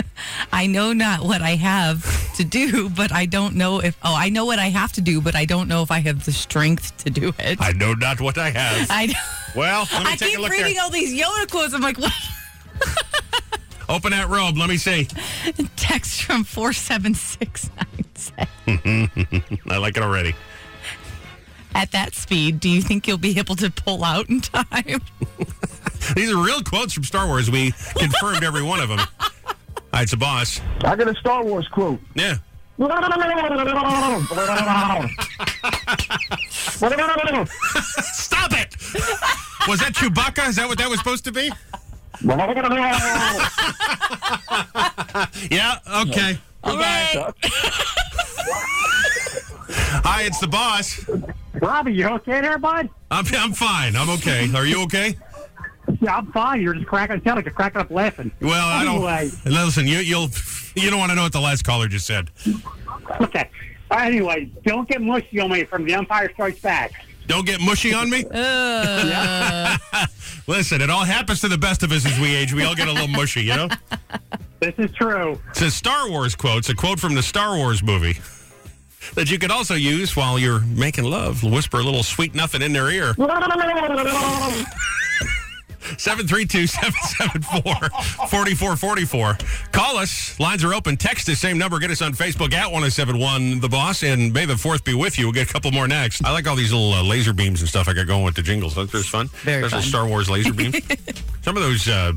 [SPEAKER 2] I know not what I have to do, but I don't know if, oh, I know what I have to do, but I don't know if I have the strength to do it.
[SPEAKER 1] I know not what I have.
[SPEAKER 2] I,
[SPEAKER 1] Well, let me
[SPEAKER 2] I
[SPEAKER 1] take
[SPEAKER 2] keep
[SPEAKER 1] a look
[SPEAKER 2] reading
[SPEAKER 1] there.
[SPEAKER 2] all these Yoda quotes. I'm like, what?
[SPEAKER 1] Open that robe. Let me see.
[SPEAKER 2] Text from 47697.
[SPEAKER 1] I like it already.
[SPEAKER 2] At that speed, do you think you'll be able to pull out in time?
[SPEAKER 1] These are real quotes from Star Wars. We confirmed every one of them. All right, it's a boss.
[SPEAKER 9] I got a Star Wars quote.
[SPEAKER 1] Yeah. Stop it! Was that Chewbacca? Is that what that was supposed to be? Yeah, okay.
[SPEAKER 2] All right.
[SPEAKER 1] Hi, it's the boss.
[SPEAKER 9] Robbie, you okay there, bud?
[SPEAKER 1] I'm, I'm fine. I'm okay. Are you okay?
[SPEAKER 9] Yeah, I'm fine. You're just cracking. Sound like you're cracking up laughing.
[SPEAKER 1] Well, I don't.
[SPEAKER 9] Anyway.
[SPEAKER 1] Listen, you you'll you don't want to know what the last caller just said.
[SPEAKER 9] Okay. Uh, anyway, don't get mushy on me from The Empire Strikes Back.
[SPEAKER 1] Don't get mushy on me. Listen, it all happens to the best of us as we age. We all get a little mushy, you know.
[SPEAKER 9] This is true.
[SPEAKER 1] It's a Star Wars quote. It's a quote from the Star Wars movie that you could also use while you're making love. Whisper a little sweet nothing in their ear. 732-774-4444. Call us. Lines are open. Text the same number. Get us on Facebook at 1071 The Boss. And may the 4th be with you. We'll get a couple more next. I like all these little uh, laser beams and stuff I got going with the jingles. That's just fun.
[SPEAKER 2] Very
[SPEAKER 1] Special
[SPEAKER 2] fun.
[SPEAKER 1] Star Wars laser beams. Some of those... Uh,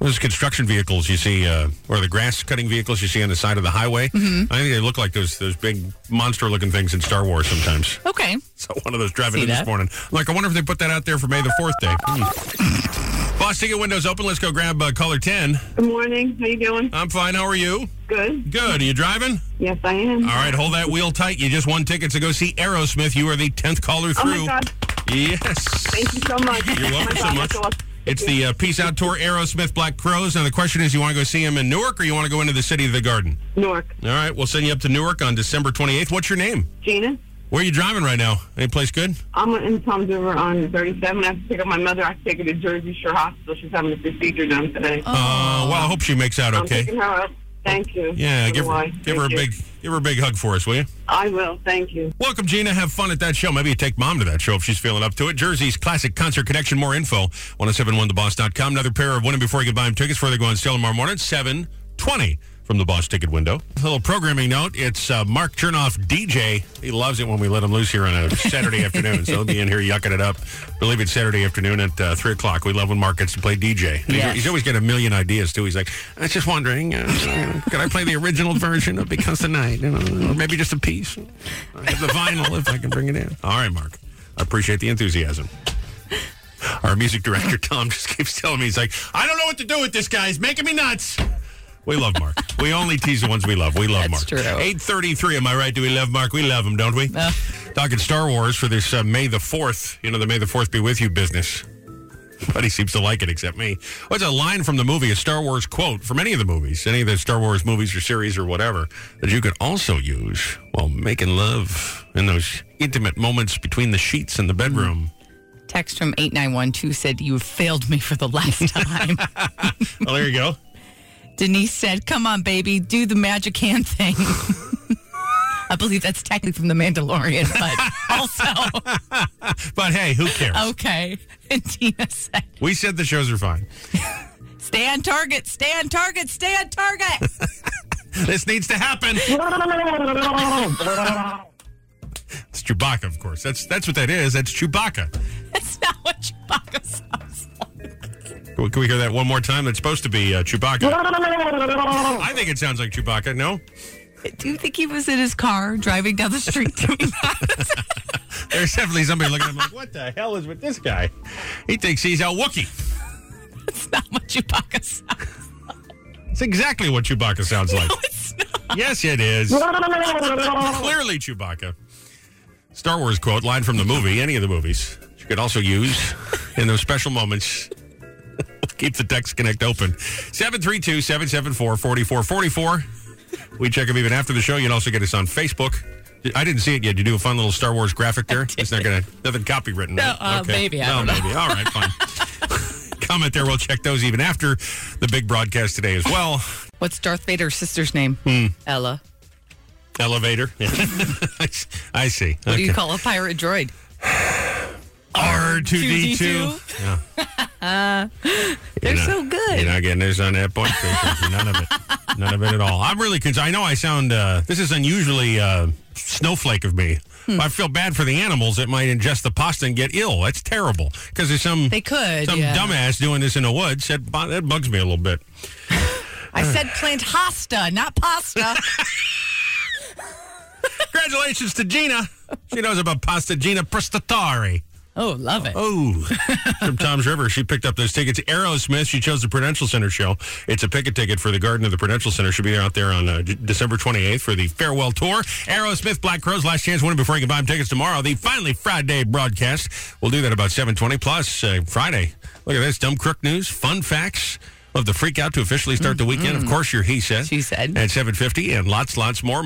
[SPEAKER 1] those construction vehicles you see, uh, or the grass cutting vehicles you see on the side of the highway,
[SPEAKER 2] Mm-hmm.
[SPEAKER 1] I think they look like those those big monster looking things in Star Wars sometimes.
[SPEAKER 2] Okay.
[SPEAKER 1] So one of those driving
[SPEAKER 2] See
[SPEAKER 1] in this
[SPEAKER 2] that?
[SPEAKER 1] morning. Like, I wonder if they put that out there for May the 4th day. Hmm. Boss, ticket windows open. Let's go grab uh, caller 10.
[SPEAKER 5] Good morning. How you doing?
[SPEAKER 1] I'm fine. How are you?
[SPEAKER 5] Good.
[SPEAKER 1] Good. Are you driving?
[SPEAKER 5] Yes, I am.
[SPEAKER 1] All right, hold that wheel tight. You just won tickets to go see Aerosmith. You are the 10th caller
[SPEAKER 5] Oh
[SPEAKER 1] through.
[SPEAKER 5] my God!
[SPEAKER 1] Yes.
[SPEAKER 5] Thank you so much.
[SPEAKER 1] You're
[SPEAKER 5] Oh
[SPEAKER 1] welcome
[SPEAKER 5] my
[SPEAKER 1] so
[SPEAKER 5] God,
[SPEAKER 1] much.
[SPEAKER 5] that's awesome.
[SPEAKER 1] It's the uh, Peace Out Tour Aerosmith Black Crows. And the question is you want to go see him in Newark or you want to go into the city of the garden?
[SPEAKER 5] Newark.
[SPEAKER 1] All right, we'll send you up to Newark on December 28th. What's your name?
[SPEAKER 5] Gina.
[SPEAKER 1] Where are you driving right now? Any place good?
[SPEAKER 5] I'm in Tom's River on 37. I have to pick up my mother. I have to take her to Jersey Shore Hospital. She's having a procedure done today.
[SPEAKER 1] Uh, well, I hope she makes out
[SPEAKER 5] I'm
[SPEAKER 1] okay.
[SPEAKER 5] picking her up. Thank you.
[SPEAKER 1] Yeah,
[SPEAKER 5] So
[SPEAKER 1] give
[SPEAKER 5] do
[SPEAKER 1] her,
[SPEAKER 5] I.
[SPEAKER 1] give her a
[SPEAKER 5] Thank you.
[SPEAKER 1] big give her a big hug for us, will you?
[SPEAKER 5] I will. Thank you.
[SPEAKER 1] Welcome, Gina. Have fun at that show. Maybe you take mom to that show if she's feeling up to it. Jersey's Classic Concert Connection. More info, 1071theboss.com. Another pair of winning before you can buy them tickets before they go on sale tomorrow morning, 720. from the Boss Ticket window. A little programming note it's uh, Mark Chernoff, DJ. He loves it when we let him loose here on a Saturday afternoon. So he'll be in here yucking it up. I believe it's Saturday afternoon at uh, 3 o'clock. We love when Mark gets to play DJ. And he's-
[SPEAKER 2] Yes.
[SPEAKER 1] He's, always got a million ideas, too. He's like, I was just wondering, uh, you know, could I play the original version of Because Tonight? You know, or maybe just a piece? I have the vinyl if I can bring it in. All right, Mark. I appreciate the enthusiasm. Our music director, Tom, just keeps telling me, he's like, I don't know what to do with this guy. He's making me nuts. We love Mark. we only tease the ones we love. We love
[SPEAKER 2] That's
[SPEAKER 1] Mark.
[SPEAKER 2] true.
[SPEAKER 1] 833, am I right? Do we love Mark? We love him, don't we?
[SPEAKER 2] Uh.
[SPEAKER 1] Talking Star Wars for this uh, May the 4th, you know, the May the 4th be with you business. Nobody seems to like it except me. What's a line from the movie, a Star Wars quote from any of the movies, any of the Star Wars movies or series or whatever, that you could also use while making love in those intimate moments between the sheets in the bedroom?
[SPEAKER 2] Mm. Text from 8912 said, You failed me for the last time.
[SPEAKER 1] Well, there you go.
[SPEAKER 2] Denise said, Come on, baby, do the magic hand thing. I believe that's technically from The Mandalorian, but also,
[SPEAKER 1] But hey, who cares?
[SPEAKER 2] Oh. okay. And Tina said,
[SPEAKER 1] We said the shows are fine.
[SPEAKER 2] Stay on target, stay on target, stay on target.
[SPEAKER 1] This needs to happen. It's Chewbacca, of course. That's that's what that is. That's Chewbacca.
[SPEAKER 2] that's not what Chewbacca sounds like.
[SPEAKER 1] Can we, can we hear that one more time? That's supposed to be uh, Chewbacca. I think it sounds like Chewbacca. No,
[SPEAKER 2] Do you think he was in his car driving down the street doing that?
[SPEAKER 1] there's definitely somebody looking at him like, "What the hell is with this guy? He thinks he's a Wookiee."
[SPEAKER 2] That's not what Chewbacca sounds
[SPEAKER 1] It's exactly what Chewbacca sounds like.
[SPEAKER 2] It's not.
[SPEAKER 1] Yes, it is. Clearly, Chewbacca. Star Wars quote line from the movie, any of the movies. You could also use in those special moments. Keep the text connect open. 732 774 4444. We check them even after the show. You can also get us on Facebook. I didn't see it yet. You do a fun little Star Wars graphic there. It's not gonna nothing copywritten.
[SPEAKER 2] No,
[SPEAKER 1] right?
[SPEAKER 2] uh, maybe, I
[SPEAKER 1] no,
[SPEAKER 2] don't know.
[SPEAKER 1] maybe. All right, fine. Comment there. We'll check those even after the big broadcast today as well.
[SPEAKER 2] What's Darth Vader's sister's name? Ella.
[SPEAKER 1] Elevator. I s- I see.
[SPEAKER 2] What do you call a pirate droid?
[SPEAKER 1] R two D two.
[SPEAKER 2] R2D2. They're so good.
[SPEAKER 1] You're not getting this on that point. Jason. None of it. None of it at all. I'm really concerned. I know I sound. Uh, this is unusually uh, snowflake of me. I feel bad for the animals that might ingest the pasta and get ill. That's terrible. Because there's some
[SPEAKER 2] They could,
[SPEAKER 1] some
[SPEAKER 2] yeah.
[SPEAKER 1] dumbass doing this in the woods. That bu- that bugs me a little bit.
[SPEAKER 2] I said plant hosta, not pasta.
[SPEAKER 1] Congratulations to Gina. She knows about pasta. Gina Prestatari.
[SPEAKER 2] oh, love it.
[SPEAKER 1] Oh, from Tom's River. She picked up those tickets. Aerosmith, she chose the Prudential Center show. It's a picket ticket for the Garden of the Prudential Center. She'll be out there on uh, J- December 28th for the farewell tour. Aerosmith, Black Crows, last chance winner before you can buy them tickets tomorrow. The finally Friday broadcast. We'll do that about 720 plus uh, Friday. Look at this. Dumb crook news, fun facts. Love the freak out to officially start the weekend. Of course, your he said.
[SPEAKER 2] She said.
[SPEAKER 1] At 750 and lots, lots more.